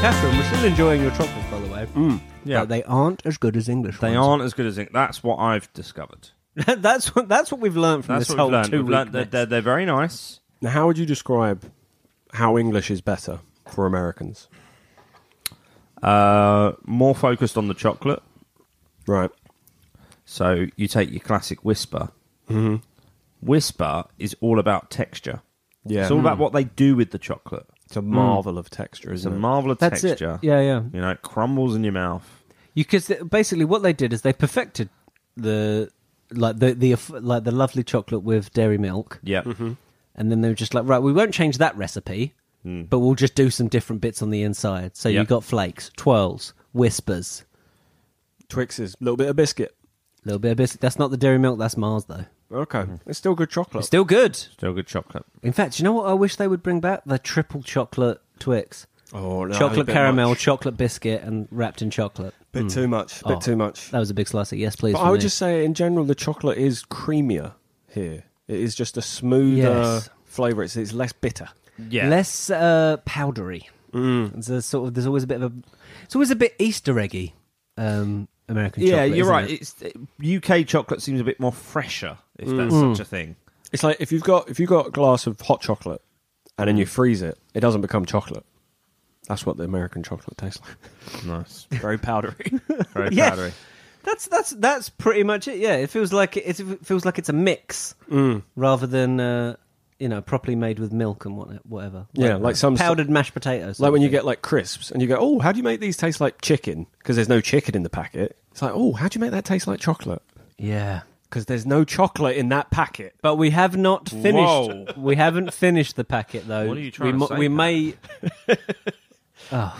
[SPEAKER 3] Catherine, we're still enjoying your chocolates, by the way.
[SPEAKER 2] Mm, Yeah.
[SPEAKER 3] But they aren't as good as English
[SPEAKER 2] They
[SPEAKER 3] ones.
[SPEAKER 2] aren't as good as English. That's what I've discovered.
[SPEAKER 3] that's what that's what we've learned from
[SPEAKER 2] That's
[SPEAKER 3] this
[SPEAKER 2] what
[SPEAKER 3] whole
[SPEAKER 2] we've learned.
[SPEAKER 3] two
[SPEAKER 2] We've learned that
[SPEAKER 3] week.
[SPEAKER 2] they're, they're very nice.
[SPEAKER 1] Now, how would you describe how English is better for Americans?
[SPEAKER 2] Uh, more focused on the chocolate.
[SPEAKER 1] Right.
[SPEAKER 2] So you take your classic Whisper.
[SPEAKER 1] Mm-hmm.
[SPEAKER 2] Whisper is all about texture.
[SPEAKER 1] Yeah.
[SPEAKER 2] It's all
[SPEAKER 3] Hmm.
[SPEAKER 2] about what they do with the chocolate.
[SPEAKER 1] It's a marvel of texture,
[SPEAKER 2] It's a
[SPEAKER 1] isn't it?
[SPEAKER 2] marvel of
[SPEAKER 3] That's
[SPEAKER 2] texture.
[SPEAKER 3] it. Yeah, yeah.
[SPEAKER 2] You know, it crumbles in your mouth.
[SPEAKER 3] Because basically, what they did is they perfected the like the the aff- like the lovely chocolate with dairy milk,
[SPEAKER 2] Yeah.
[SPEAKER 1] Mm-hmm.
[SPEAKER 3] and then they were just like, right, we won't change that recipe, but we'll just do some different bits on the inside. So
[SPEAKER 2] Mm. Yep.
[SPEAKER 3] you got flakes, twirls, whispers,
[SPEAKER 1] Twixes, a little bit of biscuit.
[SPEAKER 3] a little bit of biscuit. That's not the dairy milk. That's Mars though.
[SPEAKER 1] Okay. Mm. It's still good chocolate.
[SPEAKER 3] Still good.
[SPEAKER 2] Still good chocolate.
[SPEAKER 3] In fact, you know what? I wish they would bring back the triple chocolate Twix.
[SPEAKER 1] oh, no, a
[SPEAKER 3] chocolate
[SPEAKER 1] bit
[SPEAKER 3] caramel,
[SPEAKER 1] much.
[SPEAKER 3] chocolate biscuit, and wrapped in chocolate.
[SPEAKER 1] Bit too much. Bit
[SPEAKER 3] Oh.
[SPEAKER 1] too much.
[SPEAKER 3] That was a big slice of yes, please.
[SPEAKER 1] But
[SPEAKER 3] for
[SPEAKER 1] I would
[SPEAKER 3] me.
[SPEAKER 1] just say, in general, the chocolate is creamier here. It is just a smoother
[SPEAKER 3] Yes.
[SPEAKER 1] flavour. It's, it's less bitter.
[SPEAKER 2] Yeah.
[SPEAKER 3] less uh, powdery.
[SPEAKER 1] Mm.
[SPEAKER 3] It's a sort of there's always a bit of a it's always a bit Easter eggy. Um, American
[SPEAKER 2] yeah,
[SPEAKER 3] chocolate,
[SPEAKER 2] you're
[SPEAKER 3] isn't
[SPEAKER 2] right.
[SPEAKER 3] it?
[SPEAKER 2] It's UK chocolate seems a bit more fresher, if that's
[SPEAKER 3] Mm.
[SPEAKER 2] such a thing.
[SPEAKER 1] It's like if you've got if you've got a glass of hot chocolate and then you freeze it, it doesn't become chocolate. That's what the American chocolate tastes like.
[SPEAKER 2] Nice.
[SPEAKER 1] Very powdery.
[SPEAKER 2] Very
[SPEAKER 3] Yeah.
[SPEAKER 2] powdery.
[SPEAKER 3] That's that's that's pretty much it. Yeah, it feels like it's, it feels like it's a mix
[SPEAKER 1] Mm.
[SPEAKER 3] rather than uh, you know properly made with milk and what, whatever.
[SPEAKER 1] Yeah, like some-
[SPEAKER 3] powdered mashed potatoes.
[SPEAKER 1] like when you
[SPEAKER 3] sort
[SPEAKER 1] get like crisps and you go, "Oh, how do you make these taste like chicken?" Because there's no chicken in the packet. It's like, "Oh, how do you make that taste like chocolate?"
[SPEAKER 3] of thing. yeah.
[SPEAKER 1] Because there's no chocolate in that packet.
[SPEAKER 3] But we have not finished.
[SPEAKER 2] Whoa.
[SPEAKER 3] We haven't finished the packet though.
[SPEAKER 2] What are you
[SPEAKER 3] we
[SPEAKER 2] trying to say
[SPEAKER 3] we
[SPEAKER 2] now?
[SPEAKER 3] may
[SPEAKER 2] No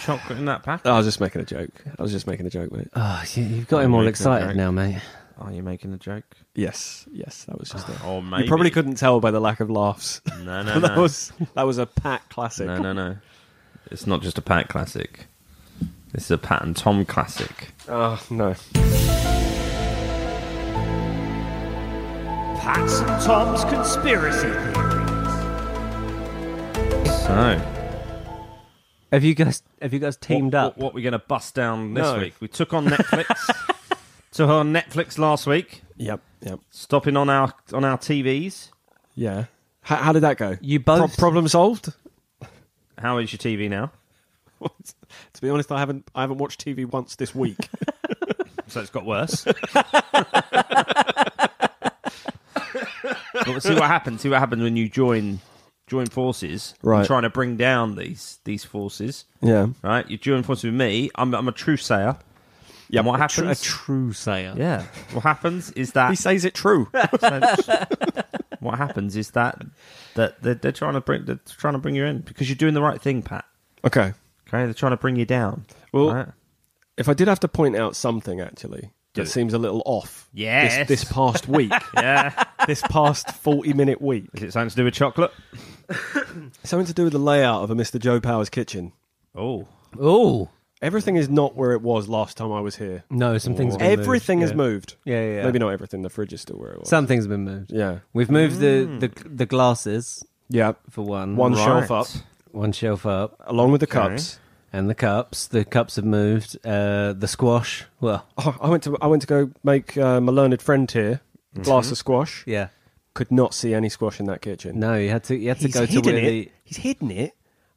[SPEAKER 2] chocolate in that packet.
[SPEAKER 1] I was just making a joke. I was just making a joke with it.
[SPEAKER 3] Oh, you- you've got him all
[SPEAKER 2] American
[SPEAKER 3] excited
[SPEAKER 2] American.
[SPEAKER 3] now, mate.
[SPEAKER 2] Are you Oh, making a joke?
[SPEAKER 1] Yes, yes, that was just it.
[SPEAKER 2] Or maybe
[SPEAKER 1] You probably couldn't tell by the lack of laughs.
[SPEAKER 2] No, no,
[SPEAKER 1] that
[SPEAKER 2] no.
[SPEAKER 1] was that was a pat classic.
[SPEAKER 2] No, no, no. It's not just a Pat classic. This is a Pat and Tom classic.
[SPEAKER 1] Oh no.
[SPEAKER 4] Pat's and Tom's conspiracy theories.
[SPEAKER 2] So,
[SPEAKER 3] Have you guys have you guys teamed
[SPEAKER 2] what,
[SPEAKER 3] up?
[SPEAKER 2] What, what we're going to bust down this
[SPEAKER 1] No.
[SPEAKER 2] week? We took on Netflix. took on Netflix last week.
[SPEAKER 1] Yep, yep,
[SPEAKER 2] Stopping on our on our TVs.
[SPEAKER 1] yeah. How, how did that go?
[SPEAKER 3] You
[SPEAKER 1] Pro-
[SPEAKER 3] both
[SPEAKER 1] problem solved.
[SPEAKER 2] How is your TV now?
[SPEAKER 1] to be honest, I haven't I haven't watched TV once this week.
[SPEAKER 2] So it's got worse. but we'll see what happens. See what happens when you join join forces. I'm
[SPEAKER 1] Right.
[SPEAKER 2] trying to bring down these these forces.
[SPEAKER 1] yeah,
[SPEAKER 2] Right. You join forces with me. I'm I'm a true sayer. Yeah. what happens?
[SPEAKER 3] true sayer.
[SPEAKER 2] yeah. What happens is that
[SPEAKER 1] he says it true.
[SPEAKER 2] what happens is that that they're, they're trying to bring they're trying to bring you in because you're doing the right thing, Pat.
[SPEAKER 1] okay.
[SPEAKER 2] Okay. They're trying to bring you down.
[SPEAKER 1] Well,
[SPEAKER 2] right?
[SPEAKER 1] If I did have to point out something, actually,
[SPEAKER 2] Do
[SPEAKER 1] that
[SPEAKER 2] it.
[SPEAKER 1] seems a little off.
[SPEAKER 2] Yes.
[SPEAKER 1] This, this past week,
[SPEAKER 2] yeah.
[SPEAKER 1] this past forty-minute week,
[SPEAKER 2] Is it something to do with chocolate?
[SPEAKER 1] something to do with the layout of a Mr. Joe Powers kitchen.
[SPEAKER 2] Oh.
[SPEAKER 3] Oh
[SPEAKER 1] Everything is not where it was last time I was here.
[SPEAKER 3] no, some things. have been
[SPEAKER 1] Everything
[SPEAKER 3] moved.
[SPEAKER 1] has moved.
[SPEAKER 3] Yeah, yeah, yeah.
[SPEAKER 1] Maybe not everything. The fridge is still where it was.
[SPEAKER 3] Some things have been moved.
[SPEAKER 1] yeah,
[SPEAKER 3] We've moved the, the the glasses
[SPEAKER 1] yeah.
[SPEAKER 3] for one,
[SPEAKER 1] One
[SPEAKER 2] Right.
[SPEAKER 1] shelf up,
[SPEAKER 3] one shelf up,
[SPEAKER 1] along with the cups.
[SPEAKER 3] and the cups. The cups have moved. Uh, the squash. Well,
[SPEAKER 1] Oh, I went to I went to go make uh, my learned friend here
[SPEAKER 2] Mm-hmm.
[SPEAKER 1] glass of squash.
[SPEAKER 3] yeah.
[SPEAKER 1] Could not see any squash in that kitchen.
[SPEAKER 3] No, you had to you had to go to where the
[SPEAKER 1] He's hidden it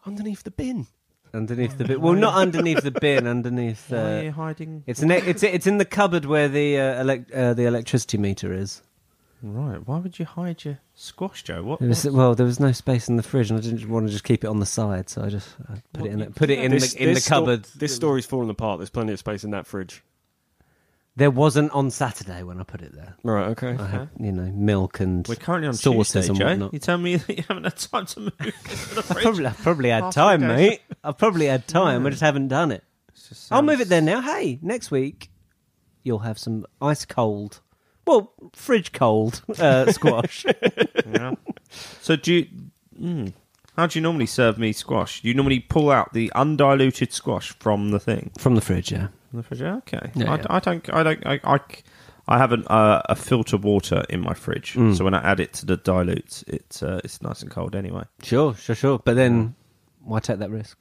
[SPEAKER 1] underneath the bin.
[SPEAKER 3] underneath the bin. Well, not underneath the bin. Underneath.
[SPEAKER 2] Oh, Why are you
[SPEAKER 3] Uh,
[SPEAKER 2] hiding?
[SPEAKER 3] it's in, it's it's in the cupboard where the uh, elec- uh, the electricity meter is.
[SPEAKER 2] Right. Why would you hide your squash, Joe? What?
[SPEAKER 3] There was,
[SPEAKER 2] what-
[SPEAKER 3] well, there was no space in the fridge, and I didn't want to just keep it on the side, so I just I put it in the, put it in the in the cupboard.
[SPEAKER 1] this story's falling apart. There's plenty of space in that fridge.
[SPEAKER 3] There wasn't on Saturday when I put it there.
[SPEAKER 1] Right, okay.
[SPEAKER 3] I had, you know, milk and
[SPEAKER 2] We're currently on
[SPEAKER 3] sauces
[SPEAKER 2] Tuesday,
[SPEAKER 3] and
[SPEAKER 2] Joe.
[SPEAKER 3] whatnot.
[SPEAKER 2] You tell me that you haven't had time to move this to the
[SPEAKER 3] I
[SPEAKER 2] fridge.
[SPEAKER 3] probably, I probably had
[SPEAKER 2] Half
[SPEAKER 3] time,
[SPEAKER 2] a day.
[SPEAKER 3] mate. I've probably had time. I just haven't done it.
[SPEAKER 2] Just
[SPEAKER 3] I'll
[SPEAKER 2] sounds-
[SPEAKER 3] move it there now. Hey, next week you'll have some ice cold, well, fridge cold uh, squash.
[SPEAKER 2] Yeah. So do you? Mm, how do you normally serve me squash? You normally pull out the undiluted squash from the thing.
[SPEAKER 3] From the fridge, yeah.
[SPEAKER 2] From the fridge. Okay.
[SPEAKER 3] Yeah,
[SPEAKER 2] I,
[SPEAKER 3] yeah.
[SPEAKER 2] I don't. I don't. I. I, c- I have an, uh, a filter water in my fridge,
[SPEAKER 3] Mm.
[SPEAKER 2] so when I add it to the dilutes, it's uh, it's nice and cold anyway.
[SPEAKER 3] Sure, sure, sure. But then why take that risk?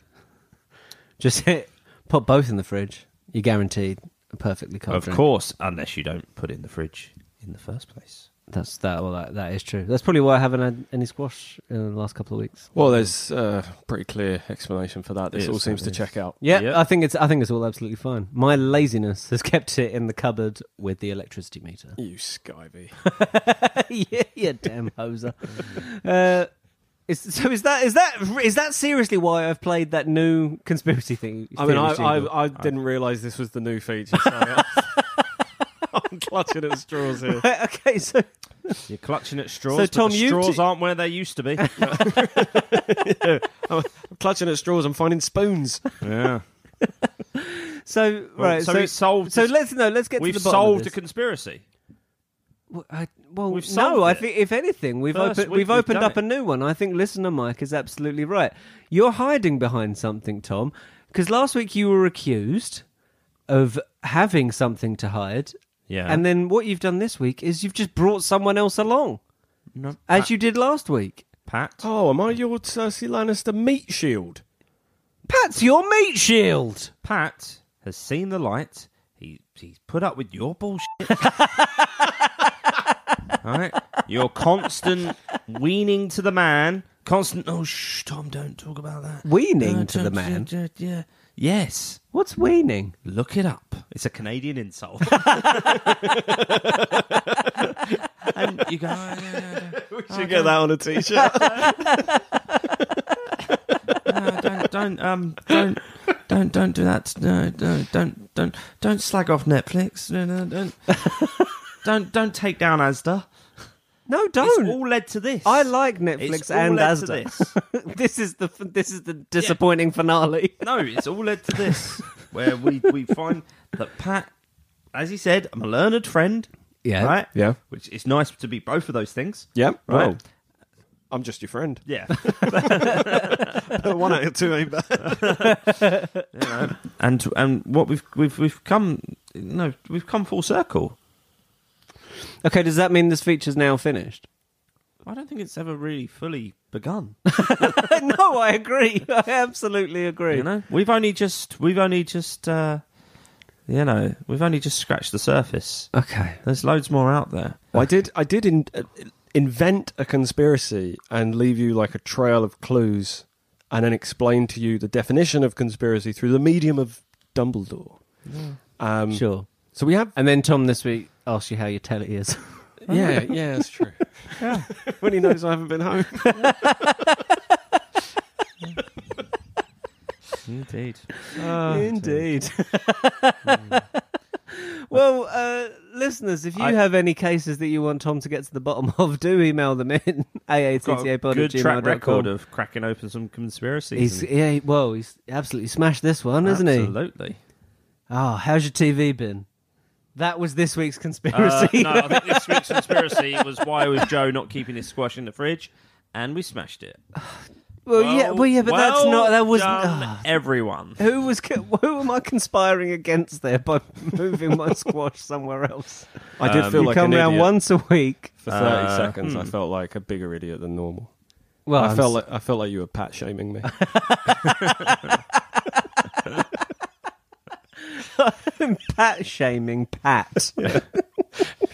[SPEAKER 3] Just hit, put both in the fridge. You're guaranteed a perfectly cold
[SPEAKER 2] of
[SPEAKER 3] drink.
[SPEAKER 2] course, unless you don't put it in the fridge in the first place.
[SPEAKER 3] That's that, well, that. That is true. That's probably why I haven't had any squash in the last couple of weeks.
[SPEAKER 1] Well, there's uh, pretty clear explanation for that. This
[SPEAKER 2] Yes,
[SPEAKER 1] all seems to
[SPEAKER 2] there is.
[SPEAKER 1] check out.
[SPEAKER 3] Yeah,
[SPEAKER 2] Yep.
[SPEAKER 3] I think it's. I think it's all absolutely fine. My laziness has kept it in the cupboard with the electricity meter.
[SPEAKER 1] You skivey.
[SPEAKER 3] yeah, you damn hoser. uh, is, so is that is that is that seriously why I've played that new conspiracy thing?
[SPEAKER 1] I mean,
[SPEAKER 3] theory
[SPEAKER 1] I,
[SPEAKER 3] jingle?
[SPEAKER 1] I, I didn't realise this was the new feature. So I, I'm clutching at straws here.
[SPEAKER 3] okay, so
[SPEAKER 2] You're clutching at straws.
[SPEAKER 3] So,
[SPEAKER 2] but
[SPEAKER 3] Tom,
[SPEAKER 2] the
[SPEAKER 3] you
[SPEAKER 2] straws
[SPEAKER 3] t-
[SPEAKER 2] aren't where they used to be.
[SPEAKER 1] I'm clutching at straws. I'm finding spoons.
[SPEAKER 2] yeah.
[SPEAKER 3] so right,
[SPEAKER 2] so
[SPEAKER 3] so
[SPEAKER 2] we solved
[SPEAKER 3] So
[SPEAKER 2] this-
[SPEAKER 3] let's no, let's get
[SPEAKER 2] We've
[SPEAKER 3] to the bottom
[SPEAKER 2] solved
[SPEAKER 3] of
[SPEAKER 2] a
[SPEAKER 3] this.
[SPEAKER 2] conspiracy.
[SPEAKER 3] Well, I, well
[SPEAKER 2] We've solved
[SPEAKER 3] no, I
[SPEAKER 2] it.
[SPEAKER 3] think if anything, we've
[SPEAKER 2] First
[SPEAKER 3] opened
[SPEAKER 2] week
[SPEAKER 3] we've
[SPEAKER 2] we've
[SPEAKER 3] opened
[SPEAKER 2] done
[SPEAKER 3] up a
[SPEAKER 2] it.
[SPEAKER 3] new one. I think listener Mike is absolutely right. You're hiding behind something, Tom, because last week you were accused of having something to hide.
[SPEAKER 2] Yeah.
[SPEAKER 3] And then what you've done this week is you've just brought someone else along,
[SPEAKER 2] No,
[SPEAKER 3] as you did last week.
[SPEAKER 2] Pat.
[SPEAKER 1] Oh, am I your Cersei Lannister meat shield?
[SPEAKER 3] Pat's your meat shield.
[SPEAKER 2] Pat has seen the light. He he's put up with your bullshit. All right, your constant weaning to the man, constant. Oh, shh, Tom, don't talk about that.
[SPEAKER 3] Weaning
[SPEAKER 2] No,
[SPEAKER 3] to the
[SPEAKER 2] don't-
[SPEAKER 3] man?
[SPEAKER 2] yeah, yeah. Yes,
[SPEAKER 3] What's weaning?
[SPEAKER 2] look it up. It's a Canadian insult. and you go. "Oh, yeah, yeah, yeah."
[SPEAKER 1] We should get that on a t-shirt.
[SPEAKER 2] no, don't, don't, um, don't, don't, don't do that. No, no, don't, don't, don't slag off Netflix. No, no, don't, don't, don't take down Asda.
[SPEAKER 3] No,
[SPEAKER 2] It's
[SPEAKER 3] don't.
[SPEAKER 2] all led to this.
[SPEAKER 3] I like Netflix
[SPEAKER 2] It's all
[SPEAKER 3] and
[SPEAKER 2] led to
[SPEAKER 3] Asda.
[SPEAKER 2] this.
[SPEAKER 3] this is the this is the disappointing finale.
[SPEAKER 2] No, it's all led to this, where we we find that Pat, as he said, I'm a learned friend.
[SPEAKER 3] Yeah.
[SPEAKER 2] Right.
[SPEAKER 1] Yeah.
[SPEAKER 2] Which is nice to be both of those things.
[SPEAKER 1] Yeah.
[SPEAKER 2] Right.
[SPEAKER 1] Well, I'm just your friend.
[SPEAKER 2] Yeah.
[SPEAKER 1] One out of two ain't bad.
[SPEAKER 2] and and what we've we've we've come no we've come full circle.
[SPEAKER 3] Okay, does that mean this feature's now finished?
[SPEAKER 2] I don't think it's ever really fully begun.
[SPEAKER 3] no, I agree. I absolutely agree.
[SPEAKER 2] you know we've only just we've only just uh you know we've only just scratched the surface
[SPEAKER 3] Okay.
[SPEAKER 2] there's loads more out there
[SPEAKER 1] I did. I did in, uh, invent a conspiracy and leave you like a trail of clues, and then explain to you the definition of conspiracy through the medium of Dumbledore.
[SPEAKER 2] Mm.
[SPEAKER 1] Um,
[SPEAKER 3] Sure.
[SPEAKER 1] So we have.
[SPEAKER 3] And then Tom this week asked you how your telly is.
[SPEAKER 1] Oh, Yeah. Yeah. That's true. when he knows I haven't been home.
[SPEAKER 2] indeed
[SPEAKER 3] Oh, Indeed. well, uh, listeners, if you
[SPEAKER 2] I-
[SPEAKER 3] have any cases that you want Tom to get to the bottom of, do email them in
[SPEAKER 2] got a
[SPEAKER 3] aattapod
[SPEAKER 2] good track record of cracking open some conspiracies
[SPEAKER 3] He's
[SPEAKER 2] and-
[SPEAKER 3] yeah, well, he's absolutely smashed this one, isn't he?
[SPEAKER 2] absolutely
[SPEAKER 3] Oh, how's your TV been? That was this week's
[SPEAKER 2] Uh,
[SPEAKER 3] conspiracy.
[SPEAKER 2] no i think this week's conspiracy was why was joe not keeping his squash in the fridge and we smashed it
[SPEAKER 3] well, Oh, yeah, well, yeah, but that's
[SPEAKER 2] well
[SPEAKER 3] not that was
[SPEAKER 2] done,
[SPEAKER 3] ah.
[SPEAKER 2] everyone
[SPEAKER 3] Who was co- who am I conspiring against there by moving my squash somewhere else?
[SPEAKER 1] I did
[SPEAKER 2] Um,
[SPEAKER 1] feel
[SPEAKER 3] you
[SPEAKER 1] like
[SPEAKER 3] come
[SPEAKER 1] an
[SPEAKER 3] round
[SPEAKER 1] idiot.
[SPEAKER 3] once a week.
[SPEAKER 1] for thirty
[SPEAKER 2] Uh,
[SPEAKER 1] seconds. I felt like a bigger idiot than normal.
[SPEAKER 3] Well,
[SPEAKER 1] hmm. I felt like I felt like you were pat shaming me.
[SPEAKER 3] like Pat shaming Pat.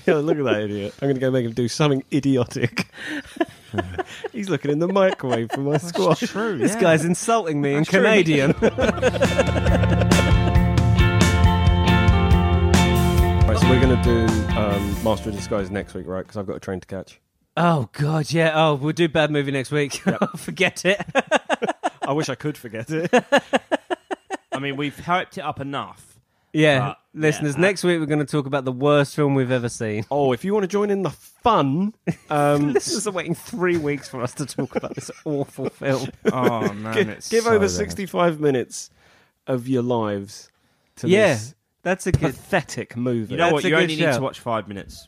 [SPEAKER 1] Yeah, look at that idiot. I'm going to go make him do something idiotic. He's looking in the microwave for my squash.
[SPEAKER 2] true
[SPEAKER 3] This guy's insulting me in Canadian.
[SPEAKER 1] Right, so we're going to do um, Master of Disguise next week, right? Because I've got a train to catch.
[SPEAKER 3] oh God, yeah. Oh, we'll do bad movie next week. Forget it.
[SPEAKER 1] I wish I could forget it.
[SPEAKER 2] i mean we've hyped it up enough
[SPEAKER 3] Yeah.
[SPEAKER 2] but
[SPEAKER 3] Listeners, next week we're going to talk about the worst film we've ever seen.
[SPEAKER 1] Oh, if you want to join in the fun, um,
[SPEAKER 3] Listeners are waiting three weeks for us to talk about this awful film.
[SPEAKER 2] Oh man, it's
[SPEAKER 1] give
[SPEAKER 2] so
[SPEAKER 1] over
[SPEAKER 2] bad.
[SPEAKER 1] 65 minutes of your lives to
[SPEAKER 3] Yeah,
[SPEAKER 1] this
[SPEAKER 3] that's a good.
[SPEAKER 1] pathetic movie.
[SPEAKER 2] You know
[SPEAKER 3] That's
[SPEAKER 2] what?
[SPEAKER 3] a
[SPEAKER 2] You
[SPEAKER 3] good
[SPEAKER 2] only need
[SPEAKER 3] shout.
[SPEAKER 2] to watch five minutes,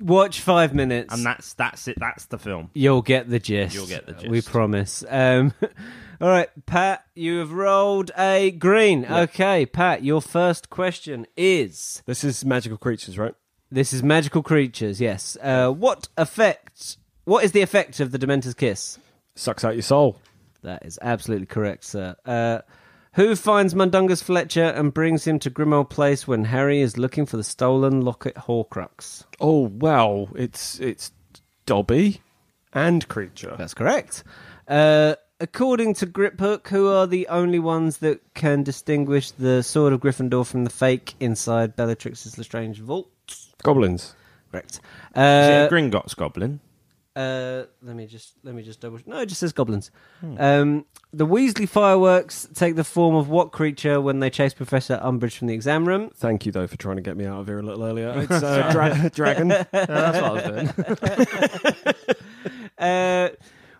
[SPEAKER 3] Watch five minutes.
[SPEAKER 2] and that's that's it. That's the film.
[SPEAKER 3] You'll get the gist.
[SPEAKER 2] You'll get the gist.
[SPEAKER 3] We promise. Um, all right, Pat, you have rolled a green. Okay, Pat, your first question is
[SPEAKER 1] This is Magical Creatures, right?
[SPEAKER 3] this is magical creatures, yes. Uh, what effect, what is the effect of the Dementor's kiss?
[SPEAKER 1] Sucks out your soul.
[SPEAKER 3] That is absolutely correct, sir. Uh, who finds Mundungus Fletcher and brings him to Grimald Place when Harry is looking for the stolen locket Horcrux?
[SPEAKER 1] Oh, wow. It's, it's Dobby and Creature.
[SPEAKER 3] That's correct. Uh, according to Grip Hook, who are the only ones that can distinguish the sword of Gryffindor from the fake inside Bellatrix's Lestrange vault?
[SPEAKER 1] Goblins.
[SPEAKER 3] Correct.
[SPEAKER 2] Is it
[SPEAKER 3] Uh,
[SPEAKER 2] a Gringotts Goblin?
[SPEAKER 3] uh, let me just let me just double. No, it just says goblins.
[SPEAKER 2] Hmm.
[SPEAKER 3] Um, the Weasley fireworks take the form of what creature when they chase Professor Umbridge from the exam room?
[SPEAKER 1] Thank you, though, for trying to get me out of here a little earlier. It's uh, dra- Dragon.
[SPEAKER 5] that's what I was doing.
[SPEAKER 3] Uh,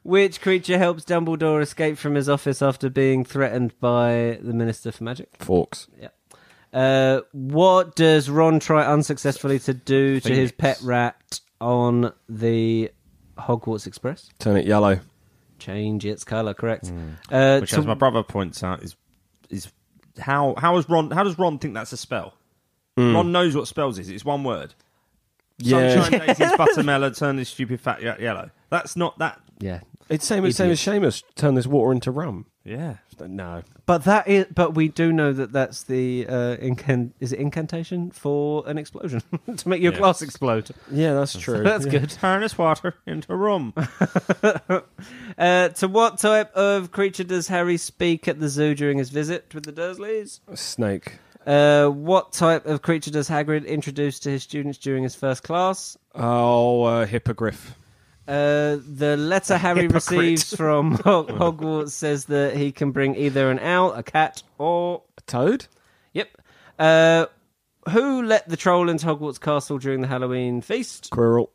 [SPEAKER 3] which creature helps Dumbledore escape from his office after being threatened by the Minister for Magic?
[SPEAKER 1] Forks.
[SPEAKER 3] Uh, what does Ron try unsuccessfully to do to
[SPEAKER 2] Phoenix.
[SPEAKER 3] his pet rat on the Hogwarts Express?
[SPEAKER 1] Turn it yellow.
[SPEAKER 3] Change its color, correct? Uh,
[SPEAKER 2] Hmm. Which,
[SPEAKER 3] to-
[SPEAKER 2] as my brother points out, is is how how is Ron? How does Ron think that's a spell? Ron knows what spells is. It's one word. Sunshine daisies, buttermelon, turn this stupid fat ye- yellow. That's not that.
[SPEAKER 3] yeah,
[SPEAKER 1] It's same as same as Seamus. Turn this water into rum.
[SPEAKER 2] Yeah.
[SPEAKER 1] No.
[SPEAKER 3] but that is. But we do know that that's the uh, incan- is it incantation for an explosion to make your
[SPEAKER 2] Yeah.
[SPEAKER 3] glass explode.
[SPEAKER 1] Yeah, that's true.
[SPEAKER 3] That's
[SPEAKER 1] Yeah.
[SPEAKER 3] good.
[SPEAKER 2] Turn this water into rum.
[SPEAKER 3] Uh, to what type of creature does Harry speak at the zoo during his visit with the Dursleys?
[SPEAKER 1] Snake.
[SPEAKER 3] Uh, what type of creature does Hagrid introduce to his students during his first class?
[SPEAKER 1] Oh, uh, hippogriff.
[SPEAKER 3] Uh, the letter Harry receives from Hog- Hogwarts says that he can bring either an owl, a cat, or
[SPEAKER 1] A toad.
[SPEAKER 3] yep. Uh, who let the troll into Hogwarts Castle during the Halloween feast?
[SPEAKER 1] Quirrell.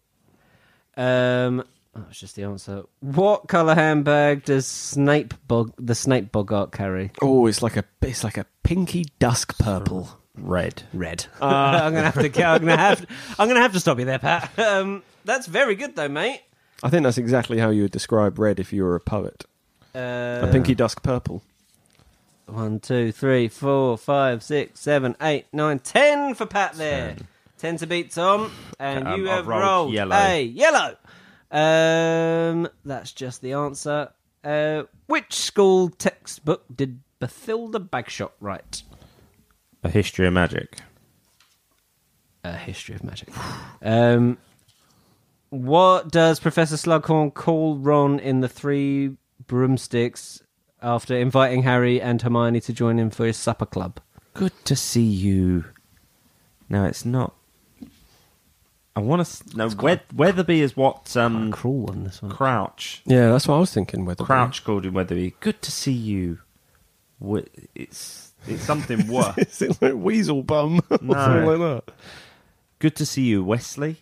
[SPEAKER 3] Um, that's just the answer. What color handbag does Snape Bog- the Snape Bogart carry?
[SPEAKER 1] Oh, it's like a it's like a pinky dusk purple.
[SPEAKER 2] Red.
[SPEAKER 3] Red. I'm gonna have to. I'm gonna have. I'm gonna have to stop you there, Pat. Um, that's very good though, mate.
[SPEAKER 1] I think that's exactly how you would describe red if you were a poet.
[SPEAKER 3] Uh,
[SPEAKER 1] A pinky dusk purple.
[SPEAKER 3] One, two, three, four, five, six, seven, eight, nine, ten for Pat there. Ten, to beat Tom, and
[SPEAKER 2] Um,
[SPEAKER 3] you
[SPEAKER 2] I've
[SPEAKER 3] have rolled,
[SPEAKER 2] rolled yellow.
[SPEAKER 3] a yellow. Um, that's just the answer. Uh, which school textbook did Bathilda Bagshot write?
[SPEAKER 2] A history of magic.
[SPEAKER 3] A History of Magic. Um, what does Professor Slughorn call Ron in the Three Broomsticks after inviting Harry and Hermione to join him for his supper club?
[SPEAKER 2] Good to see you. No, it's not. I want to. No, Weth- Weatherby is what um,
[SPEAKER 3] Cruel one, this one.
[SPEAKER 2] Crouch.
[SPEAKER 1] Yeah, that's what I was thinking. Whether
[SPEAKER 2] Crouch called him Weatherby. Good to see you. Wh- It's it's something worse.
[SPEAKER 1] is it like weasel bum or
[SPEAKER 2] No.
[SPEAKER 1] something like that?
[SPEAKER 2] Good to see you, Wesley.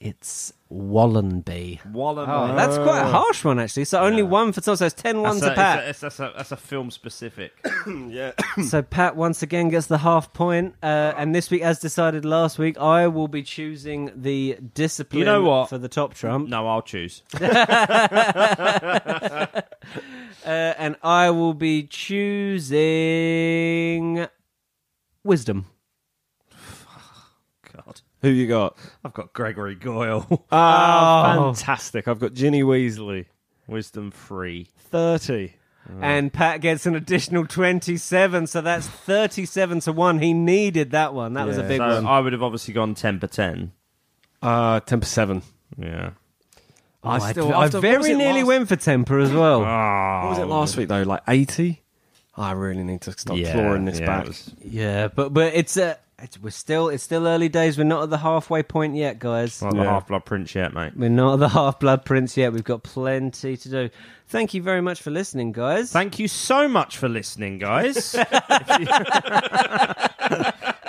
[SPEAKER 3] It's Wallenby.
[SPEAKER 2] Wallen.
[SPEAKER 3] Oh, that's quite a harsh one, actually. So only one for Tom. So it's 10 1 to Pat.
[SPEAKER 2] That's a, film specific.
[SPEAKER 3] so Pat once again gets the half point. Uh, and this week, as decided last week, I will be choosing the discipline
[SPEAKER 2] You know what?
[SPEAKER 3] for the top trump.
[SPEAKER 2] no, I'll choose.
[SPEAKER 3] Uh, and I will be choosing wisdom.
[SPEAKER 2] God,
[SPEAKER 1] Who you got?
[SPEAKER 2] I've got Gregory Goyle.
[SPEAKER 1] Ah, fantastic! I've got Ginny Weasley.
[SPEAKER 2] Wisdom free.
[SPEAKER 1] Thirty.
[SPEAKER 3] And Pat gets an additional 27. So that's 37 to 1. He needed that one. That was a
[SPEAKER 1] Yeah.
[SPEAKER 3] big
[SPEAKER 2] So
[SPEAKER 3] one.
[SPEAKER 2] I would have obviously gone ten per ten.
[SPEAKER 1] Uh, ten per seven.
[SPEAKER 2] Yeah.
[SPEAKER 3] Oh, I,
[SPEAKER 1] still-
[SPEAKER 3] I
[SPEAKER 1] after- what was
[SPEAKER 3] very
[SPEAKER 1] it
[SPEAKER 3] nearly
[SPEAKER 1] last-
[SPEAKER 3] went for temper as well.
[SPEAKER 1] What
[SPEAKER 2] Ah,
[SPEAKER 1] was it last week though? Like eighty. I really need to stop clawing this back.
[SPEAKER 3] Yeah, but but it's uh, it's, we're still it's still early days. We're not at the halfway point yet, guys.
[SPEAKER 2] Not
[SPEAKER 1] Yeah.
[SPEAKER 2] the Half Blood Prince yet, mate.
[SPEAKER 3] We're not at the half blood prince yet. We've got plenty to do. Thank you very much for listening, guys.
[SPEAKER 2] Thank you so much for listening, guys. if, you,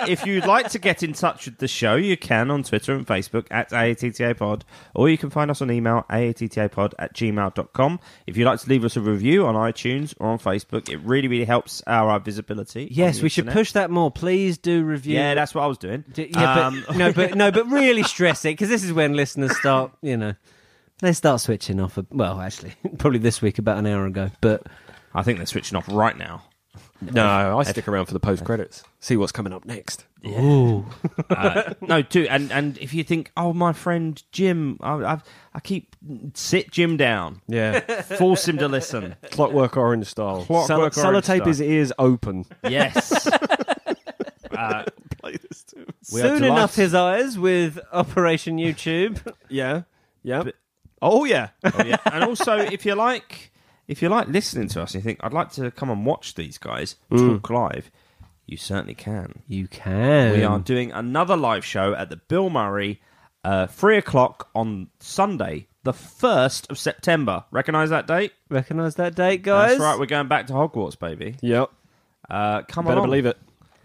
[SPEAKER 2] if you'd like to get in touch with the show, you can on Twitter and Facebook at AATTA Pod, or you can find us on email AATTAPod at gmail.com. If you'd like to leave us a review on iTunes or on Facebook, it really, really helps our, our visibility. on
[SPEAKER 3] Yes,
[SPEAKER 2] the
[SPEAKER 3] we should
[SPEAKER 2] internet.
[SPEAKER 3] push that more. Please do review.
[SPEAKER 2] Yeah, that's what I was doing.
[SPEAKER 3] D- yeah,
[SPEAKER 2] Um,
[SPEAKER 3] but, no, but no, but really stress it because this is when listeners start, you know, they start switching off. A, well, actually, probably this week about an hour ago. But
[SPEAKER 2] I think they're switching off right now.
[SPEAKER 1] No, I stick around for the post credits. See what's coming up next.
[SPEAKER 3] ooh,
[SPEAKER 2] Uh, no, too. And and if you think, oh, my friend Jim, I I've, I keep sit Jim down,
[SPEAKER 1] Yeah,
[SPEAKER 2] force him to listen.
[SPEAKER 1] Clockwork Orange style.
[SPEAKER 2] Clockwork
[SPEAKER 1] Sel-
[SPEAKER 2] Orange
[SPEAKER 1] Sellotape
[SPEAKER 2] style.
[SPEAKER 1] his ears open.
[SPEAKER 2] Yes.
[SPEAKER 1] Play this too.
[SPEAKER 2] We are
[SPEAKER 3] soon enough,
[SPEAKER 2] delighted.
[SPEAKER 3] his eyes with Operation YouTube.
[SPEAKER 1] Yeah, yeah. oh yeah.
[SPEAKER 2] Oh, yeah. And also, if you like, if you like listening to us, and you think I'd like to come and watch these guys
[SPEAKER 3] Mm.
[SPEAKER 2] talk live. You certainly can.
[SPEAKER 3] You can.
[SPEAKER 2] We are doing another live show at the Bill Murray, uh, three o'clock on Sunday, the first of September. Recognize that date?
[SPEAKER 3] Recognize that date, guys?
[SPEAKER 2] That's right. We're going back to Hogwarts, baby.
[SPEAKER 1] Yep.
[SPEAKER 2] Uh, come
[SPEAKER 1] Better
[SPEAKER 2] along.
[SPEAKER 1] believe it.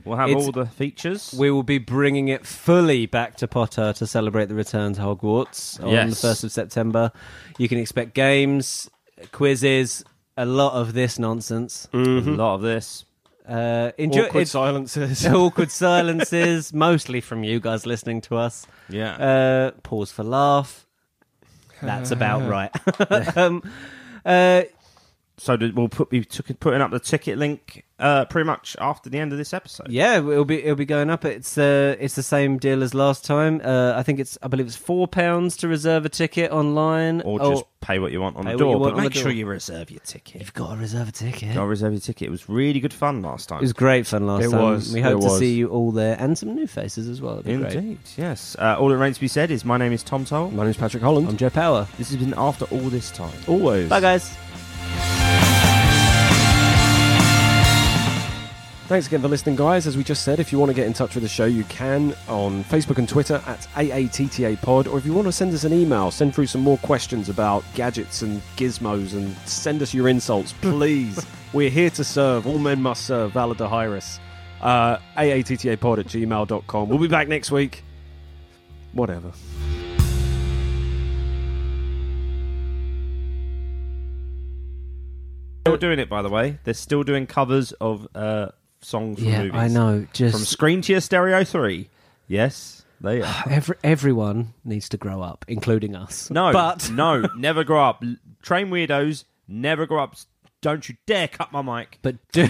[SPEAKER 2] We'll have
[SPEAKER 3] It's-
[SPEAKER 2] all the features.
[SPEAKER 3] We will be bringing it fully back to Potter to celebrate the return to Hogwarts on
[SPEAKER 2] Yes.
[SPEAKER 3] the 1st of September. You can expect games, quizzes, a lot of this nonsense.
[SPEAKER 2] A lot of this.
[SPEAKER 3] Uh, enjoy
[SPEAKER 1] Awkward
[SPEAKER 3] it-
[SPEAKER 1] silences.
[SPEAKER 3] awkward silences, mostly from you guys listening to us.
[SPEAKER 2] Yeah.
[SPEAKER 3] Uh, pause for laugh. That's about right. um, uh,
[SPEAKER 2] so did- we'll put be took, putting up the ticket link uh, pretty much after the end of this episode.
[SPEAKER 3] yeah, it'll be it'll be going up. It's uh, it's the same deal as last time. Uh, I think it's I believe it's four pounds to reserve a ticket online,
[SPEAKER 2] Or
[SPEAKER 3] Oh,
[SPEAKER 2] just pay what you want on
[SPEAKER 3] Pay
[SPEAKER 2] the
[SPEAKER 3] what you
[SPEAKER 2] door.
[SPEAKER 3] want
[SPEAKER 2] But
[SPEAKER 3] on
[SPEAKER 2] make
[SPEAKER 3] the
[SPEAKER 2] sure
[SPEAKER 3] door.
[SPEAKER 2] you reserve your ticket.
[SPEAKER 3] You've got to reserve a ticket.
[SPEAKER 2] Got
[SPEAKER 3] It
[SPEAKER 2] to reserve your ticket. It was really good fun last time.
[SPEAKER 3] was great fun last
[SPEAKER 1] It
[SPEAKER 3] time.
[SPEAKER 1] was,
[SPEAKER 3] we hope
[SPEAKER 1] it
[SPEAKER 3] to
[SPEAKER 1] was.
[SPEAKER 3] see you all there and some new faces as well. It'd be
[SPEAKER 2] Indeed,
[SPEAKER 3] great.
[SPEAKER 2] yes. Uh, all that remains to be said is my name is Tom Toll.
[SPEAKER 1] My name's Patrick
[SPEAKER 3] I'm
[SPEAKER 1] Holland.
[SPEAKER 3] Joe Power.
[SPEAKER 2] This has been After All This Time.
[SPEAKER 1] Always.
[SPEAKER 3] Bye, guys.
[SPEAKER 1] Thanks again for listening, guys. As we just said, if you want to get in touch with the show, you can on Facebook and Twitter at AATTA Pod, or if you want to send us an email, send through some more questions about gadgets and gizmos and send us your insults, please. We're here to serve. All men must serve. Valida Hyris. Uh, AATTAPod at gmail.com. We'll be back next week. Whatever.
[SPEAKER 2] Still doing it, by the way. They're still doing covers of uh, songs from
[SPEAKER 3] Yeah,
[SPEAKER 2] movies.
[SPEAKER 3] I know. Just
[SPEAKER 2] From Screen to Your Stereo 3. Yes, they are.
[SPEAKER 3] Every, everyone needs to grow up, including us.
[SPEAKER 2] No,
[SPEAKER 3] but
[SPEAKER 2] no, never grow up. L- Train weirdos, never grow up. Don't you dare cut my mic.
[SPEAKER 3] but do